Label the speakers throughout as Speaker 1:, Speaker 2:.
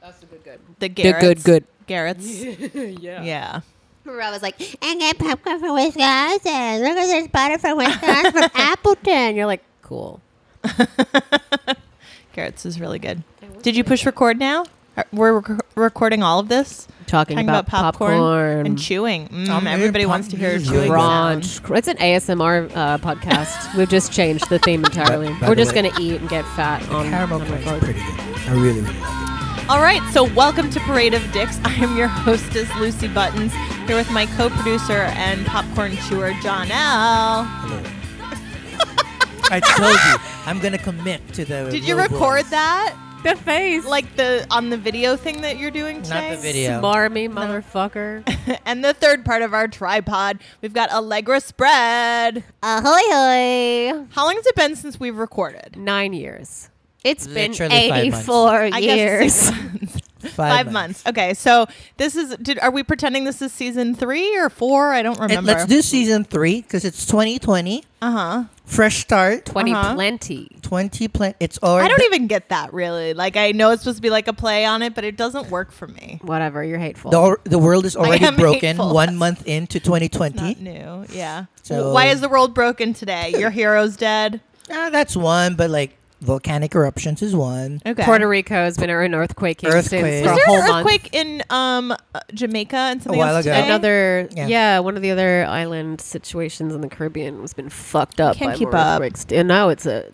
Speaker 1: That's the good good.
Speaker 2: The
Speaker 3: The Garrett's.
Speaker 2: good, good.
Speaker 3: Garrett's.
Speaker 1: yeah.
Speaker 3: yeah.
Speaker 4: Rob was like, I get popcorn from Wisconsin. Look at this butter from Wisconsin from Appleton. You're like, cool.
Speaker 3: Garrett's is really good. Did you push record now? Are- We're rec- recording all of this,
Speaker 4: Talking,
Speaker 3: talking about,
Speaker 4: about,
Speaker 3: popcorn,
Speaker 4: popcorn.
Speaker 3: and chewing. Mm, everybody wants to hear chewing sound.
Speaker 4: Crunch. It's an ASMR uh, podcast. We've just changed the theme entirely.
Speaker 5: by
Speaker 4: We're
Speaker 5: the
Speaker 4: just
Speaker 5: way-
Speaker 4: going to eat and get fat on
Speaker 5: Caramel
Speaker 4: on
Speaker 5: crunch,
Speaker 4: record.
Speaker 5: pretty good. I really, really like
Speaker 3: All right, so welcome to Parade of Dicks. I am your hostess, Lucy Buttons, here with my co-producer and popcorn chewer, John L.
Speaker 6: I told you, I'm gonna commit to the.
Speaker 3: Did you
Speaker 6: low
Speaker 3: record
Speaker 6: voice.
Speaker 3: that?
Speaker 4: The face. Like,
Speaker 3: Like the on the video thing that you're doing today?
Speaker 6: Not the video.
Speaker 4: marmy motherfucker.
Speaker 3: and the third part of our tripod, we've got Allegra spread.
Speaker 4: Ahoy, hoy.
Speaker 3: How long has it been since we've recorded?
Speaker 4: Nine years. It's been
Speaker 6: Literally five months.
Speaker 4: 84
Speaker 3: I guess
Speaker 4: years. Uh-huh.
Speaker 3: six months.
Speaker 6: Five,
Speaker 3: Five months. Okay, so this is. Did are we pretending this is season three or four? I don't
Speaker 6: And
Speaker 3: remember.
Speaker 6: let's do season three because it's 2020,
Speaker 3: Uh huh.
Speaker 6: fresh start,
Speaker 4: 20
Speaker 3: Uh-huh.
Speaker 4: plenty.
Speaker 6: 20 plan. It's already.
Speaker 3: I don't even get that really. Like I know it's supposed to be like a play on it, but it doesn't work for me.
Speaker 4: Whatever, you're hateful.
Speaker 6: The, al- the world is already
Speaker 3: am
Speaker 6: broken.
Speaker 3: hateful.
Speaker 6: One month into
Speaker 3: Not
Speaker 6: 2020.
Speaker 3: new. Yeah.
Speaker 6: So-
Speaker 3: Why is the world broken today? Your hero's dead.
Speaker 6: Ah, that's one, but like volcanic eruptions is one.
Speaker 3: Okay.
Speaker 4: Puerto Rico has been an earthquake, instance
Speaker 6: Earthquake.
Speaker 4: for
Speaker 3: was
Speaker 4: a
Speaker 3: there
Speaker 4: whole
Speaker 3: an
Speaker 4: month.
Speaker 3: earthquake in um uh, Jamaica and something
Speaker 6: while
Speaker 3: else
Speaker 6: ago.
Speaker 3: today?
Speaker 4: Another yeah.
Speaker 6: Yeah.
Speaker 4: one of the other island situations in the Caribbean has been fucked up.
Speaker 3: Can't
Speaker 4: by
Speaker 3: keep
Speaker 4: more
Speaker 3: up.
Speaker 4: earthquakes. And now it's a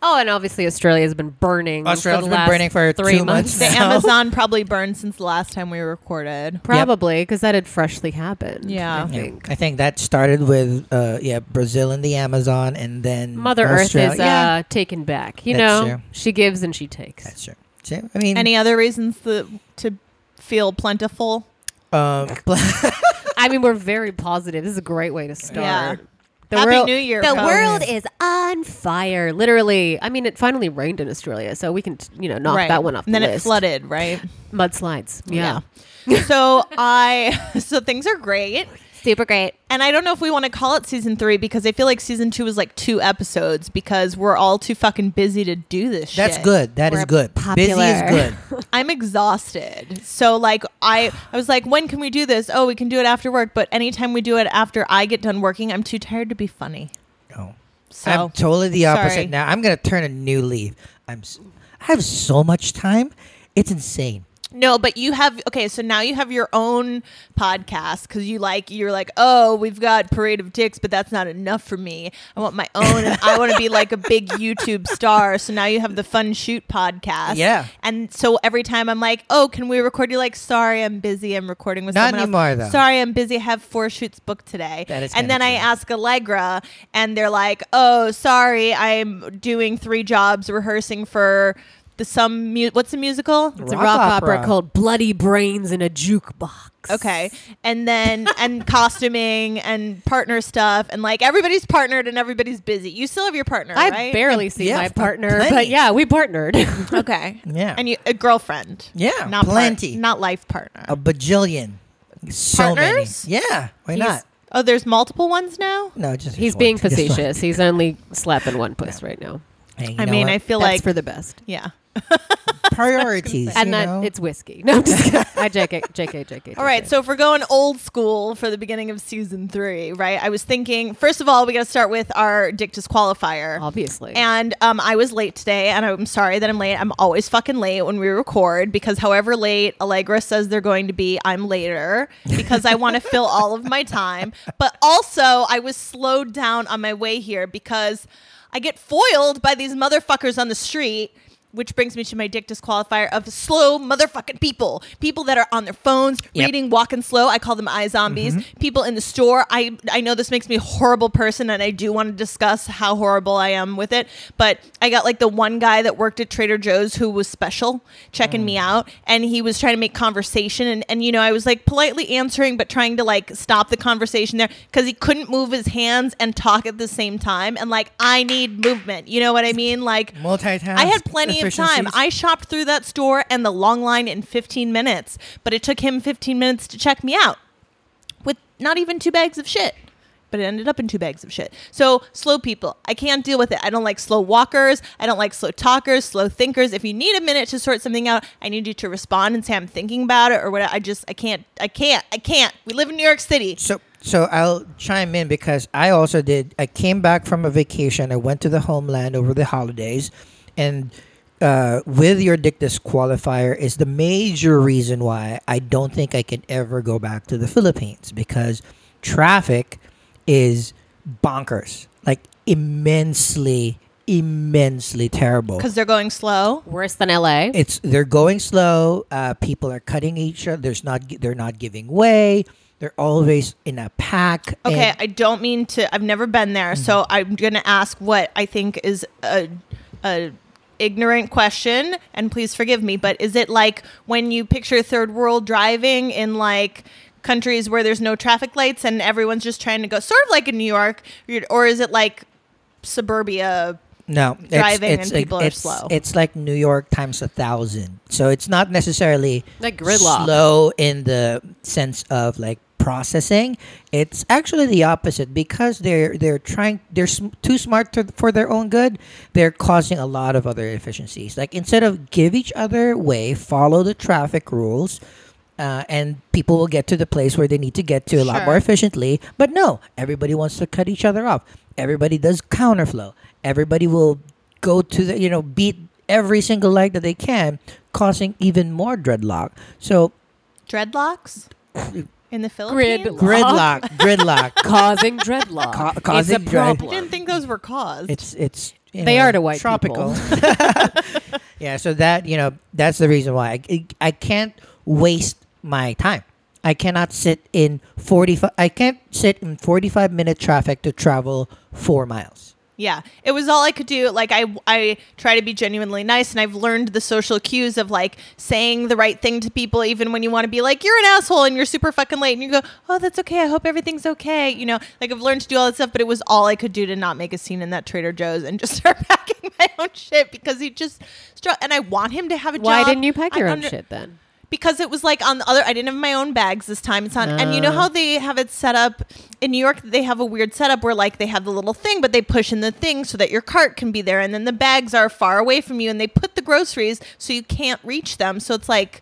Speaker 4: oh, and obviously Australia has been burning.
Speaker 6: Australia's
Speaker 4: for the
Speaker 6: been
Speaker 4: last
Speaker 6: burning for
Speaker 4: three
Speaker 6: two
Speaker 4: months.
Speaker 6: months
Speaker 3: The
Speaker 6: now.
Speaker 3: Amazon probably burned since the last time we recorded.
Speaker 4: Probably because that had freshly happened.
Speaker 3: Yeah.
Speaker 4: I
Speaker 6: Yeah.
Speaker 4: think.
Speaker 6: I think that started with uh, yeah Brazil and the Amazon, and then
Speaker 4: Mother
Speaker 6: Australia.
Speaker 4: Earth is uh,
Speaker 6: yeah,
Speaker 4: taken back. You
Speaker 6: That's
Speaker 4: know,
Speaker 6: true.
Speaker 4: she gives and she takes.
Speaker 6: that's true. See, I mean,
Speaker 3: Any other reasons the, to feel plentiful?
Speaker 6: um,
Speaker 4: I mean, we're very positive. This is a great way to start.
Speaker 3: Yeah.
Speaker 4: The
Speaker 3: Happy
Speaker 4: world-
Speaker 3: New Year.
Speaker 4: The
Speaker 3: folks.
Speaker 4: world is on fire, literally. I mean, it finally rained in Australia, so we can, t- you know, knock
Speaker 3: Right.
Speaker 4: that one off.
Speaker 3: And then
Speaker 4: the
Speaker 3: it
Speaker 4: list.
Speaker 3: flooded, right?
Speaker 4: mudslides.
Speaker 3: Oh,
Speaker 4: Yeah.
Speaker 3: so I so things are great.
Speaker 4: super great.
Speaker 3: And I don't know if we want to call it season three because I feel like season two was like two episodes because we're all too fucking busy to do this
Speaker 6: That's
Speaker 3: shit.
Speaker 6: good. That is
Speaker 4: We're
Speaker 6: good. Busy is
Speaker 4: popular.
Speaker 6: good.
Speaker 3: I'm exhausted. So like I I was like, when can we do this? Oh, we can do it after work, but anytime we do it after I get done working, I'm too tired to be funny.
Speaker 6: No.
Speaker 3: So
Speaker 6: I'm totally the opposite
Speaker 3: sorry.
Speaker 6: now. I'm gonna turn a new leaf. I'm. s- I have so much time. It's insane.
Speaker 3: No, but you have okay. So now you have your own podcast because you like you're like oh we've got Parade of Dicks, but that's not enough for me. I want my own, and I want to be like a big YouTube star. So now you have the Fun Shoot podcast.
Speaker 6: Yeah.
Speaker 3: And so every time I'm like, oh, can we record? You're like, sorry, I'm busy. I'm recording with
Speaker 6: Not
Speaker 3: someone
Speaker 6: anymore,
Speaker 3: else.
Speaker 6: though.
Speaker 3: Sorry, I'm busy. I have four shoots booked today.
Speaker 6: That is
Speaker 3: and
Speaker 6: kinda
Speaker 3: then I
Speaker 6: true.
Speaker 3: ask Allegra, and they're like, oh, sorry, I'm doing three jobs rehearsing for. The some mu- what's the musical?
Speaker 4: It's a rock opera. called Bloody Brains in a Jukebox.
Speaker 3: Okay. And then and costuming and partner stuff and like everybody's partnered and everybody's busy. You still have your partner,
Speaker 4: I've
Speaker 3: right?
Speaker 4: barely seen
Speaker 6: yeah,
Speaker 4: my
Speaker 6: f-
Speaker 4: partner,
Speaker 6: plenty.
Speaker 4: but yeah, we partnered.
Speaker 3: okay.
Speaker 6: Yeah.
Speaker 3: And you a girlfriend.
Speaker 6: Yeah,
Speaker 3: Not part-
Speaker 6: plenty.
Speaker 3: not life partner.
Speaker 6: A bajillion. So
Speaker 3: Partners?
Speaker 6: many. Yeah. Why
Speaker 3: He's-
Speaker 6: not?
Speaker 3: Oh, there's multiple ones now?
Speaker 6: No, just
Speaker 4: He's
Speaker 6: just
Speaker 4: being
Speaker 6: one. Just one.
Speaker 4: facetious. He's only slapping one puss right now.
Speaker 6: Hey, you
Speaker 3: I
Speaker 6: know
Speaker 3: mean,
Speaker 6: what?
Speaker 3: I feel
Speaker 4: That's
Speaker 3: like
Speaker 4: for the best.
Speaker 3: yeah.
Speaker 6: priorities.
Speaker 4: And
Speaker 6: you
Speaker 4: that
Speaker 6: know?
Speaker 4: it's whiskey. No, I'm just kidding. I JK, JK, JK.
Speaker 3: All right, so if we're going old school for the beginning of season 3, right? I was thinking first of all, we got to start with our dick disqualifier.
Speaker 4: obviously.
Speaker 3: And um, I was late today, and I'm sorry that I'm late. I'm always fucking late when we record because, however late Allegra says they're going to be, I'm later because I want to fill all of my time. But also, I was slowed down on my way here because I get foiled by these motherfuckers on the street. Which brings me to my dick disqualifier of slow motherfucking people. People that are on their phones,
Speaker 6: Yep.
Speaker 3: reading, walking slow. I call them eye zombies. People in the store. I I know this makes me a horrible person, and I do want to discuss how horrible I am with it. But I got like the one guy that worked at Trader Joe's who was special, checking me out, and he was trying to make conversation. And and you know I was like politely answering, but trying to like stop the conversation there because he couldn't move his hands and talk at the same time. And like I need movement. You know what I mean? Like
Speaker 6: multitask.
Speaker 3: I had plenty of time.
Speaker 6: efficiencies.
Speaker 3: I shopped through that store and the long line in 15 minutes, but it took him 15 minutes to check me out with not even two bags of shit. but it ended up in two bags of shit. So slow people, I can't deal with it. I don't like slow walkers. I don't like slow talkers, slow thinkers. If you need a minute to sort something out, I need you to respond and say I'm thinking about it or what. I just I can't. I can't. I can't. We live in New York City.
Speaker 6: So so I'll chime in because I also did. I came back from a vacation. I went to the homeland over the holidays, and uh, with your dick disqualifier is the major reason why I don't think I can ever go back to the Philippines because traffic is bonkers, like immensely, immensely terrible.
Speaker 3: Because they're going slow.
Speaker 1: Worse than LA.
Speaker 6: It's they're going slow. Uh, people are cutting each other. There's not. They're not giving way. They're always in a pack. and-
Speaker 3: Okay, I don't mean to. I've never been there, so I'm gonna ask what I think is a, a ignorant question, and please forgive me. But is it like when you picture third world driving in like countries where there's no traffic lights and everyone's just trying to go, sort of like in New York, you're- or is it like suburbia?
Speaker 6: no it's-
Speaker 3: driving
Speaker 6: it's,
Speaker 3: and
Speaker 6: like-
Speaker 3: people are
Speaker 6: it's,
Speaker 3: slow.
Speaker 6: It's like New York times a thousand. So it's not necessarily
Speaker 1: Like gridlock.
Speaker 6: slow in the sense of like processing. It's actually the opposite because they're they're trying they're sm- too smart to, for their own good. They're causing a lot of other efficiencies. Like instead of give each other way, follow the traffic rules. Uh, and people will get to the place where they need to get to a lot
Speaker 3: Sure.
Speaker 6: more efficiently. But no, everybody wants to cut each other off. Everybody does counterflow. Everybody will go to the you know beat every single leg that they can, causing even more dreadlock. So
Speaker 3: Dreadlocks in the Philippines.
Speaker 1: Grid.
Speaker 6: gridlock, gridlock.
Speaker 1: Causing dreadlock.
Speaker 6: Ca- causing
Speaker 1: it's a
Speaker 6: dread-
Speaker 3: I didn't
Speaker 1: problem.
Speaker 3: think those were caused.
Speaker 6: It's it's you
Speaker 1: They
Speaker 6: know,
Speaker 1: are to white
Speaker 6: tropical. yeah, so that you know that's the reason why I, I can't waste my time. I cannot sit in forty five. I can't sit in forty five minute traffic to travel four miles.
Speaker 3: Yeah, it was all I could do. Like I, I try to be genuinely nice, and I've learned the social cues of like saying the right thing to people, even when you want to be like, "You're an asshole" and you're super fucking late, and you go, "Oh, that's okay. I hope everything's okay." You know, like I've learned to do all that stuff, but it was all I could do to not make a scene in that Trader Joe's and just start packing my own shit because he just struck. And I want him to have a
Speaker 1: Why
Speaker 3: job.
Speaker 1: didn't you pack
Speaker 3: I
Speaker 1: your own
Speaker 3: under-
Speaker 1: shit then?
Speaker 3: because it was like on the other i didn't have my own bags this time it's on and you know how they have it set up in new york they have a weird setup where like they have the little thing but they push in the thing so that your cart can be there and then the bags are far away from you and they put the groceries so you can't reach them so it's like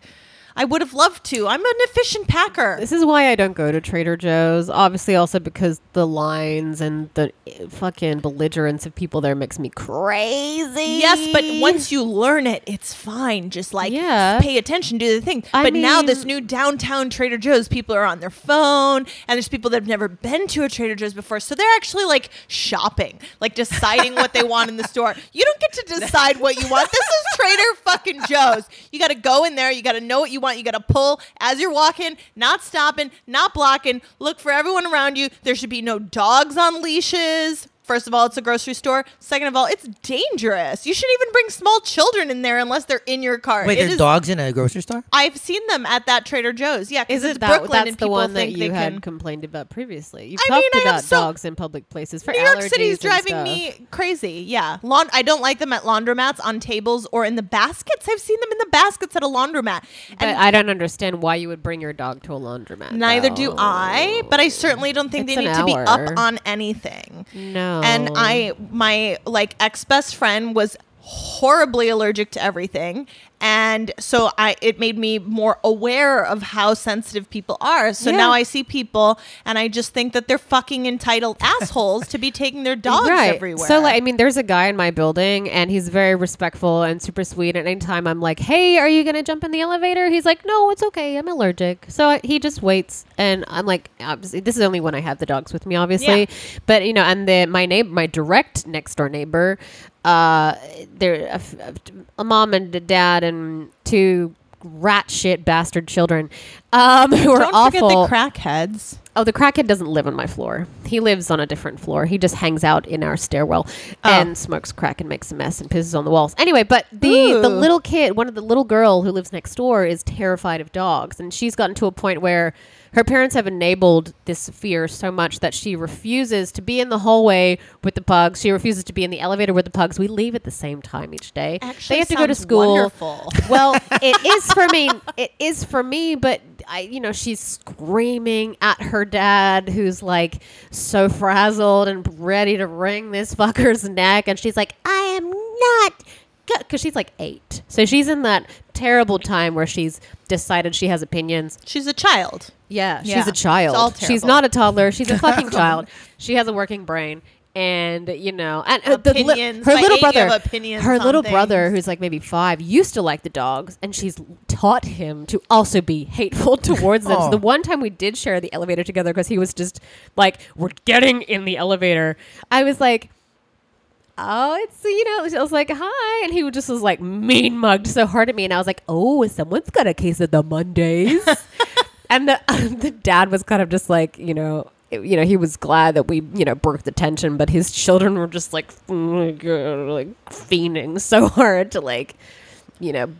Speaker 3: i would have loved to i'm an efficient packer
Speaker 1: This is why I don't go to Trader Joe's. Obviously, also because the lines and the eh, fucking belligerence of people there makes me crazy.
Speaker 3: Yes, but once you learn it, it's fine. Just like
Speaker 1: Yeah.
Speaker 3: pay attention to the thing.
Speaker 1: I
Speaker 3: but now this
Speaker 1: mean-
Speaker 3: new downtown Trader Joe's, people are on their phone, and there's people that have never been to a Trader Joe's before, so they're actually like shopping, like deciding what they want in the store. You don't get to decide what you want. This is Trader fucking Joe's. You got to go in there. You got to know what you want. You got to pull as you're walking, not stopping, not blocking. Look for everyone around you. There should be no dogs on leashes. First of all, it's a grocery store. Second of all, it's dangerous. You shouldn't even bring small children in there unless they're in your car.
Speaker 6: Wait,
Speaker 3: It
Speaker 6: there's
Speaker 3: is-
Speaker 6: dogs in a grocery store.
Speaker 3: I've seen them at that Trader Joe's. Yeah, 'cause
Speaker 1: Is it
Speaker 3: it's
Speaker 1: that
Speaker 3: Brooklyn
Speaker 1: that's
Speaker 3: and
Speaker 1: the
Speaker 3: people
Speaker 1: one that
Speaker 3: think
Speaker 1: you
Speaker 3: they
Speaker 1: had
Speaker 3: can.
Speaker 1: complained about previously? You've
Speaker 3: I mean,
Speaker 1: talked
Speaker 3: I have
Speaker 1: about
Speaker 3: so-
Speaker 1: dogs in public places for
Speaker 3: New York
Speaker 1: allergies
Speaker 3: City's
Speaker 1: and
Speaker 3: driving
Speaker 1: stuff.
Speaker 3: me crazy. Yeah, Laund- I don't like them at laundromats, on tables, or in the baskets. I've seen them in the baskets at a laundromat.
Speaker 1: But I don't understand why you would bring your dog to a laundromat.
Speaker 3: Neither do
Speaker 1: though.
Speaker 3: I, but I certainly don't think
Speaker 1: It's
Speaker 3: they
Speaker 1: an
Speaker 3: need to be up
Speaker 1: hour.
Speaker 3: on anything.
Speaker 1: No.
Speaker 3: And I, my like ex best friend was horribly allergic to everything, and so I it made me more aware of how sensitive people are. So
Speaker 1: Yeah.
Speaker 3: now I see people, and I just think that they're fucking entitled assholes to be taking their dogs everywhere.
Speaker 1: So like, I mean, there's a guy in my building, and he's very respectful and super sweet. And anytime I'm like, "Hey, are you gonna jump in the elevator?" He's like, "No, it's okay. I'm allergic." So I, he just waits, and I'm like, obviously, this is only when I have the dogs with me, obviously.
Speaker 3: Yeah.
Speaker 1: But you know, and then my neighbor, my direct next door neighbor, uh, there a, f- a- a mom and a dad and two rat shit bastard children, um, who are
Speaker 3: don't
Speaker 1: awful.
Speaker 3: forget the crackheads.
Speaker 1: Oh, the crackhead doesn't live on my floor. He lives on a different floor. He just hangs out in our stairwell and smokes crack and makes a mess and pisses on the walls. Anyway, but the the
Speaker 3: Ooh.
Speaker 1: little kid, one of the little girl who lives next door, is terrified of dogs, and she's gotten to a point where her parents have enabled this fear so much that she refuses to be in the hallway with the pugs. She refuses to be in the elevator with the pugs. We leave at the same time each day.
Speaker 3: Actually
Speaker 1: they have to go to
Speaker 3: sounds
Speaker 1: school.
Speaker 3: wonderful.
Speaker 1: Well, it is for me. It is for me, but I, you know, she's screaming at her dad, who's like so frazzled and ready to wring this fucker's neck. And she's like, I am not. Because she's like eight. So she's in that terrible time where she's decided she has opinions.
Speaker 3: She's a child.
Speaker 1: Yeah,
Speaker 3: Yeah.
Speaker 1: she's a child.
Speaker 3: It's all
Speaker 1: she's
Speaker 3: terrible.
Speaker 1: not a toddler. She's a fucking child. She has a working brain, and you know, and uh, the li-
Speaker 3: Opinions,
Speaker 1: her
Speaker 3: my
Speaker 1: little
Speaker 3: anger of
Speaker 1: brother,
Speaker 3: opinions
Speaker 1: her
Speaker 3: on
Speaker 1: little
Speaker 3: things.
Speaker 1: brother, who's like maybe five, used to like the dogs, and she's taught him to also be hateful towards them. So
Speaker 6: Aw.
Speaker 3: Oh.
Speaker 1: the one time we did share the elevator together, because he was just like, "We're getting in the elevator," I was like. Oh, it's you know, I was like, hi, and he just was like mean mugged so hard at me, and I was like, oh, someone's got a case of the Mondays. And the the dad was kind of just like, you know, it- you know, he was glad that we, you know, broke the tension, but his children were just like, "Oh like fiending so hard to like, you know,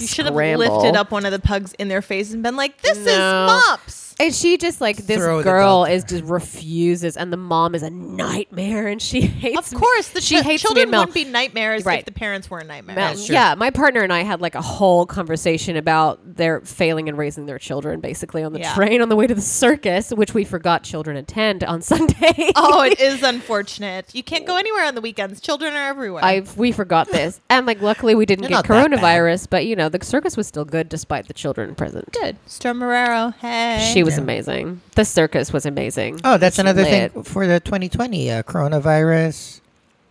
Speaker 3: You should have
Speaker 1: scramble.
Speaker 3: lifted up one of the pugs in their face and been like, "This is
Speaker 1: No.
Speaker 3: mops."
Speaker 1: And she just like this
Speaker 6: Throw the
Speaker 1: girl
Speaker 6: dog
Speaker 1: is just refuses, and the mom is a nightmare, and she
Speaker 3: Of
Speaker 1: hates. me.
Speaker 3: course, the
Speaker 1: she
Speaker 3: chi-
Speaker 1: hates
Speaker 3: children
Speaker 1: me, and Mel.
Speaker 3: wouldn't be nightmares
Speaker 1: Right.
Speaker 3: if the parents were a nightmare.
Speaker 1: Mel- Yeah, my partner and I had like a whole conversation about their failing and raising their children, basically on the
Speaker 3: Yeah.
Speaker 1: train on the way to the circus, which we forgot children attend on Sunday.
Speaker 3: Oh, it is unfortunate. You can't go anywhere on the weekends. Children are everywhere.
Speaker 1: I we forgot this, and like luckily we didn't
Speaker 6: They're
Speaker 1: get
Speaker 6: not that
Speaker 1: coronavirus, but you know the circus was still good despite the children present.
Speaker 3: good. Stormarero. Hey.
Speaker 1: She was amazing. The circus was amazing.
Speaker 6: Oh, that's
Speaker 1: It's
Speaker 6: another
Speaker 1: lit.
Speaker 6: thing for the 2020 uh, coronavirus.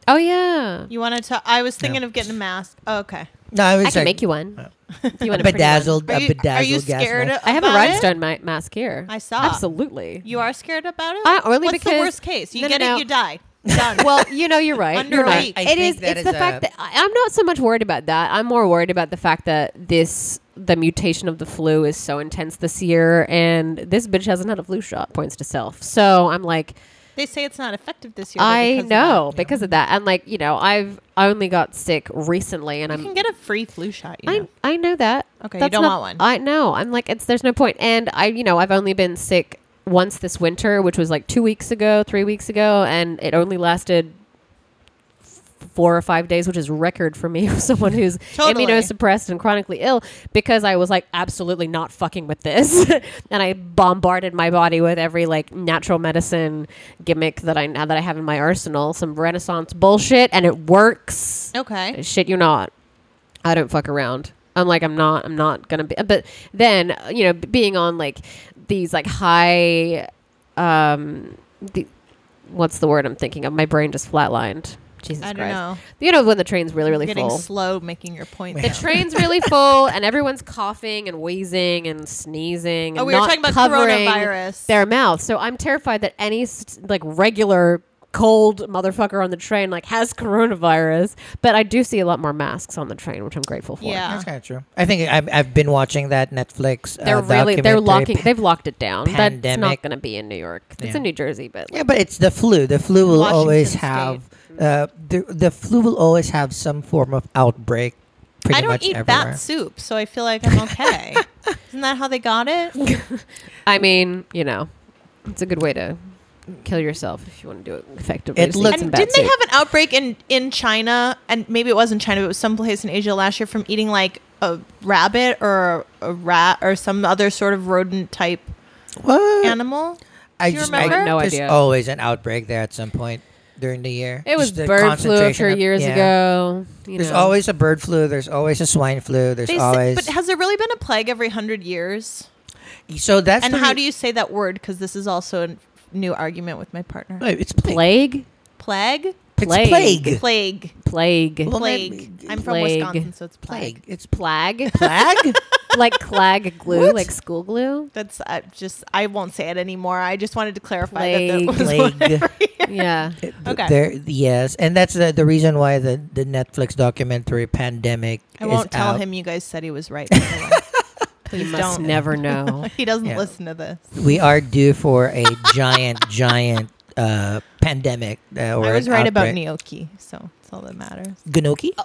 Speaker 1: Oh yeah,
Speaker 3: You want to talk? I was thinking of getting a mask. Oh, okay.
Speaker 6: No, I was
Speaker 1: I can
Speaker 6: like
Speaker 1: make you one. If you want a pretty one.
Speaker 6: bedazzled,
Speaker 3: Are
Speaker 6: a
Speaker 3: you,
Speaker 6: bedazzled
Speaker 3: are you
Speaker 6: gas
Speaker 3: scared?
Speaker 6: mask.
Speaker 1: I have a
Speaker 3: about it?
Speaker 1: rhinestone ma- mask here.
Speaker 3: I saw.
Speaker 1: Absolutely.
Speaker 3: You are scared about it.
Speaker 1: Uh, only
Speaker 3: What's the
Speaker 1: because-
Speaker 3: worst case? You
Speaker 1: No, no,
Speaker 3: get
Speaker 1: no.
Speaker 3: it, you die. Done.
Speaker 1: well, you know, you're right.
Speaker 3: Under
Speaker 1: You're
Speaker 3: a
Speaker 1: right.
Speaker 3: week.
Speaker 6: I
Speaker 1: It
Speaker 6: think
Speaker 1: is.
Speaker 6: that
Speaker 1: It's
Speaker 6: is
Speaker 1: the fact
Speaker 6: a-
Speaker 1: that I- I'm not so much worried about that. I'm more worried about the fact that this the mutation of the flu is so intense this year, and this bitch hasn't had a flu shot. Points to self. So I'm like,
Speaker 3: they say it's not effective this year.
Speaker 1: I
Speaker 3: because of
Speaker 1: know because of that, and like you know, I've only got sick recently, and
Speaker 3: that.
Speaker 1: I'm
Speaker 3: You can get a free flu shot. You
Speaker 1: I
Speaker 3: know.
Speaker 1: I know that.
Speaker 3: Okay, you don't
Speaker 1: not-
Speaker 3: want one.
Speaker 1: I know. I'm like it's there's no point. And I you know, I've only been sick once this winter, which was like 2 weeks ago, 3 weeks ago, and it only lasted f- 4 or 5 days, which is record for me for someone who's
Speaker 3: Totally.
Speaker 1: immunosuppressed and chronically ill because I was like absolutely not fucking with this. and I bombarded my body with every like natural medicine gimmick that I that I have in my arsenal, some renaissance bullshit and it works.
Speaker 3: Okay.
Speaker 1: Shit, you not. I don't fuck around. I'm like, I'm not, I'm not gonna be. But then, uh, you know, b- being on like these like high, um, the, what's the word I'm thinking of? My brain just flatlined. Jesus
Speaker 3: I don't
Speaker 1: Christ.
Speaker 3: know.
Speaker 1: You know when the train's really, really
Speaker 3: getting
Speaker 1: full.
Speaker 3: slow making your point.
Speaker 1: the
Speaker 3: now.
Speaker 1: train's really full, and everyone's coughing and wheezing and sneezing. And
Speaker 3: Oh, we were
Speaker 1: not
Speaker 3: talking about
Speaker 1: covering
Speaker 3: coronavirus.
Speaker 1: Their mouths. So I'm terrified that any s- like regular cold motherfucker on the train like has coronavirus. But I do see a lot more masks on the train, which I'm grateful for.
Speaker 3: Yeah.
Speaker 6: That's kind of true. I think I've, I've been watching that Netflix.
Speaker 1: They're
Speaker 6: uh,
Speaker 1: really they're
Speaker 6: documentary.
Speaker 1: locking they've locked it down. That's not
Speaker 6: pandemic.
Speaker 1: going to be in New York. It's
Speaker 6: Yeah.
Speaker 1: in New Jersey, but
Speaker 6: Yeah, but it's the flu. The flu will
Speaker 3: Washington
Speaker 6: always
Speaker 3: State.
Speaker 6: have. Uh, the the flu will always have some form of outbreak. Pretty
Speaker 3: I don't
Speaker 6: much
Speaker 3: eat
Speaker 6: everywhere.
Speaker 3: bat soup, so I feel like I'm okay. Isn't that how they got it?
Speaker 1: I mean, you know, it's a good way to kill yourself if you want to do it effectively.
Speaker 6: It
Speaker 1: Just eat
Speaker 6: looks-
Speaker 1: some
Speaker 3: And
Speaker 1: bat
Speaker 3: didn't they
Speaker 1: soup.
Speaker 3: have an outbreak in in China? And maybe it was in China, but it was someplace in Asia last year from eating like a rabbit or a rat or some other sort of rodent type
Speaker 6: What?
Speaker 3: animal.
Speaker 6: I
Speaker 3: Do you
Speaker 6: just
Speaker 3: remember?
Speaker 6: I,
Speaker 1: No
Speaker 6: there's
Speaker 1: idea.
Speaker 6: always an outbreak there at some point during the year.
Speaker 1: It was
Speaker 6: Just the
Speaker 1: bird flu a
Speaker 6: concentration
Speaker 1: few
Speaker 6: of-
Speaker 1: years
Speaker 6: yeah.
Speaker 1: ago. You
Speaker 6: There's
Speaker 1: know.
Speaker 6: always a bird flu. There's always a swine flu. There's
Speaker 3: They say-
Speaker 6: always.
Speaker 3: but has there really been a plague every hundred years?
Speaker 6: so that's
Speaker 3: and
Speaker 6: the
Speaker 3: how
Speaker 6: re-
Speaker 3: do you say that word? Because this is also a new argument with my partner.
Speaker 6: Wait, it's plague.
Speaker 1: plague,
Speaker 3: Plague,
Speaker 1: plague,
Speaker 6: It's plague.
Speaker 3: plague,
Speaker 1: plague,
Speaker 6: Well,
Speaker 3: plague.
Speaker 6: maybe-
Speaker 3: I'm from
Speaker 1: Plague.
Speaker 3: Wisconsin, so it's plague.
Speaker 6: Plague. It's
Speaker 1: plague,
Speaker 6: plague.
Speaker 1: like clag glue,
Speaker 6: What?
Speaker 1: like school glue.
Speaker 3: That's uh, just I won't say it anymore. I just wanted to clarify
Speaker 1: Plague.
Speaker 3: that that was what-
Speaker 6: plague.
Speaker 1: Yeah,
Speaker 6: Th-
Speaker 3: Okay.
Speaker 6: There, yes, and that's the, the reason why the, the Netflix documentary "Pandemic"
Speaker 3: I
Speaker 6: is
Speaker 3: won't tell
Speaker 6: out.
Speaker 3: him you guys said he was right.
Speaker 1: you
Speaker 3: Please
Speaker 1: must
Speaker 3: don't.
Speaker 1: never know.
Speaker 3: he doesn't
Speaker 6: Yeah.
Speaker 3: listen to this.
Speaker 6: We are due for a giant, giant uh, pandemic. Uh, or
Speaker 3: I was
Speaker 6: an
Speaker 3: right about Oh.
Speaker 6: outbreak.
Speaker 3: gnocchi, so that's all that matters.
Speaker 6: Gnocchi.
Speaker 3: I-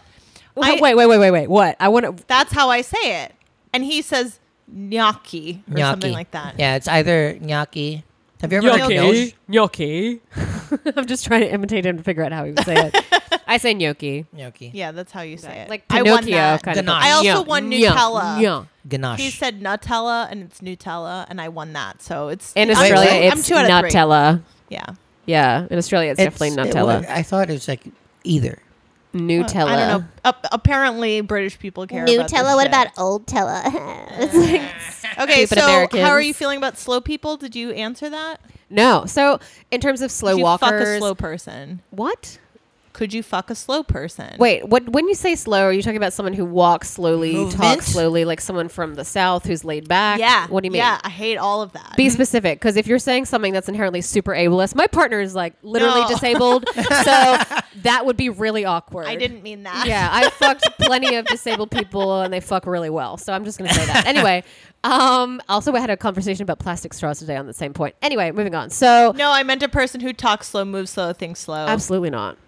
Speaker 1: Oh, wait, wait, wait, wait, wait. What? I want to.
Speaker 3: That's how I say it. And he says gnocchi or
Speaker 6: Gnocchi.
Speaker 3: something like that.
Speaker 6: Yeah, it's either gnocchi. Have you ever heard of
Speaker 3: Gnocchi.
Speaker 6: gnocchi?
Speaker 1: gnocchi. I'm just trying to imitate him to figure out how he would say it. I say gnocchi.
Speaker 6: Gnocchi.
Speaker 3: Yeah, that's how you say it.
Speaker 1: Like
Speaker 3: I won
Speaker 1: Pinocchio
Speaker 3: that.
Speaker 1: kind of.
Speaker 6: Ganache.
Speaker 1: thing.
Speaker 3: I also
Speaker 1: Yeah,
Speaker 3: won
Speaker 1: yeah,
Speaker 3: Nutella.
Speaker 1: yeah.
Speaker 6: Ganache.
Speaker 3: He said Nutella, and it's Nutella, and I won that. So it's
Speaker 1: In
Speaker 3: I'm
Speaker 1: Australia,
Speaker 3: two- I'm
Speaker 1: it's
Speaker 3: two out of three.
Speaker 1: Nutella.
Speaker 3: Yeah,
Speaker 1: Yeah, in Australia, it's,
Speaker 6: It's-
Speaker 1: definitely
Speaker 6: it
Speaker 1: Nutella.
Speaker 6: was- I thought it was like either.
Speaker 1: Nutella.
Speaker 3: I don't know. A- apparently, British people care.
Speaker 4: New
Speaker 3: about this
Speaker 4: Tella. What
Speaker 3: shit.
Speaker 4: about old Tella? It's like-
Speaker 3: okay?
Speaker 1: Stupid
Speaker 3: So, how are
Speaker 1: Americans.
Speaker 3: you feeling about slow people? Did you answer that?
Speaker 1: No. So, in terms of slow
Speaker 3: Could you
Speaker 1: walkers,
Speaker 3: fuck a slow person?
Speaker 1: what?
Speaker 3: Could you fuck a slow person?
Speaker 1: Wait, what? When you say slow, are you talking about someone who walks slowly,
Speaker 6: Movement?
Speaker 1: talks slowly, like someone from the south who's laid back?
Speaker 3: Yeah.
Speaker 1: What do you mean?
Speaker 3: Yeah, Mm-hmm. I hate all of that.
Speaker 1: Be specific, because if you're saying something that's inherently super ableist, my partner is like literally
Speaker 3: No.
Speaker 1: disabled, so that would be really awkward.
Speaker 3: I didn't mean that.
Speaker 1: Yeah, I fucked plenty of disabled people, and they fuck really well. So I'm just gonna say that. Anyway, um, also I had a conversation about plastic straws today on the same point. Anyway, moving on. So
Speaker 3: No, I meant a person who talks slow, moves slow, thinks slow.
Speaker 1: Absolutely not.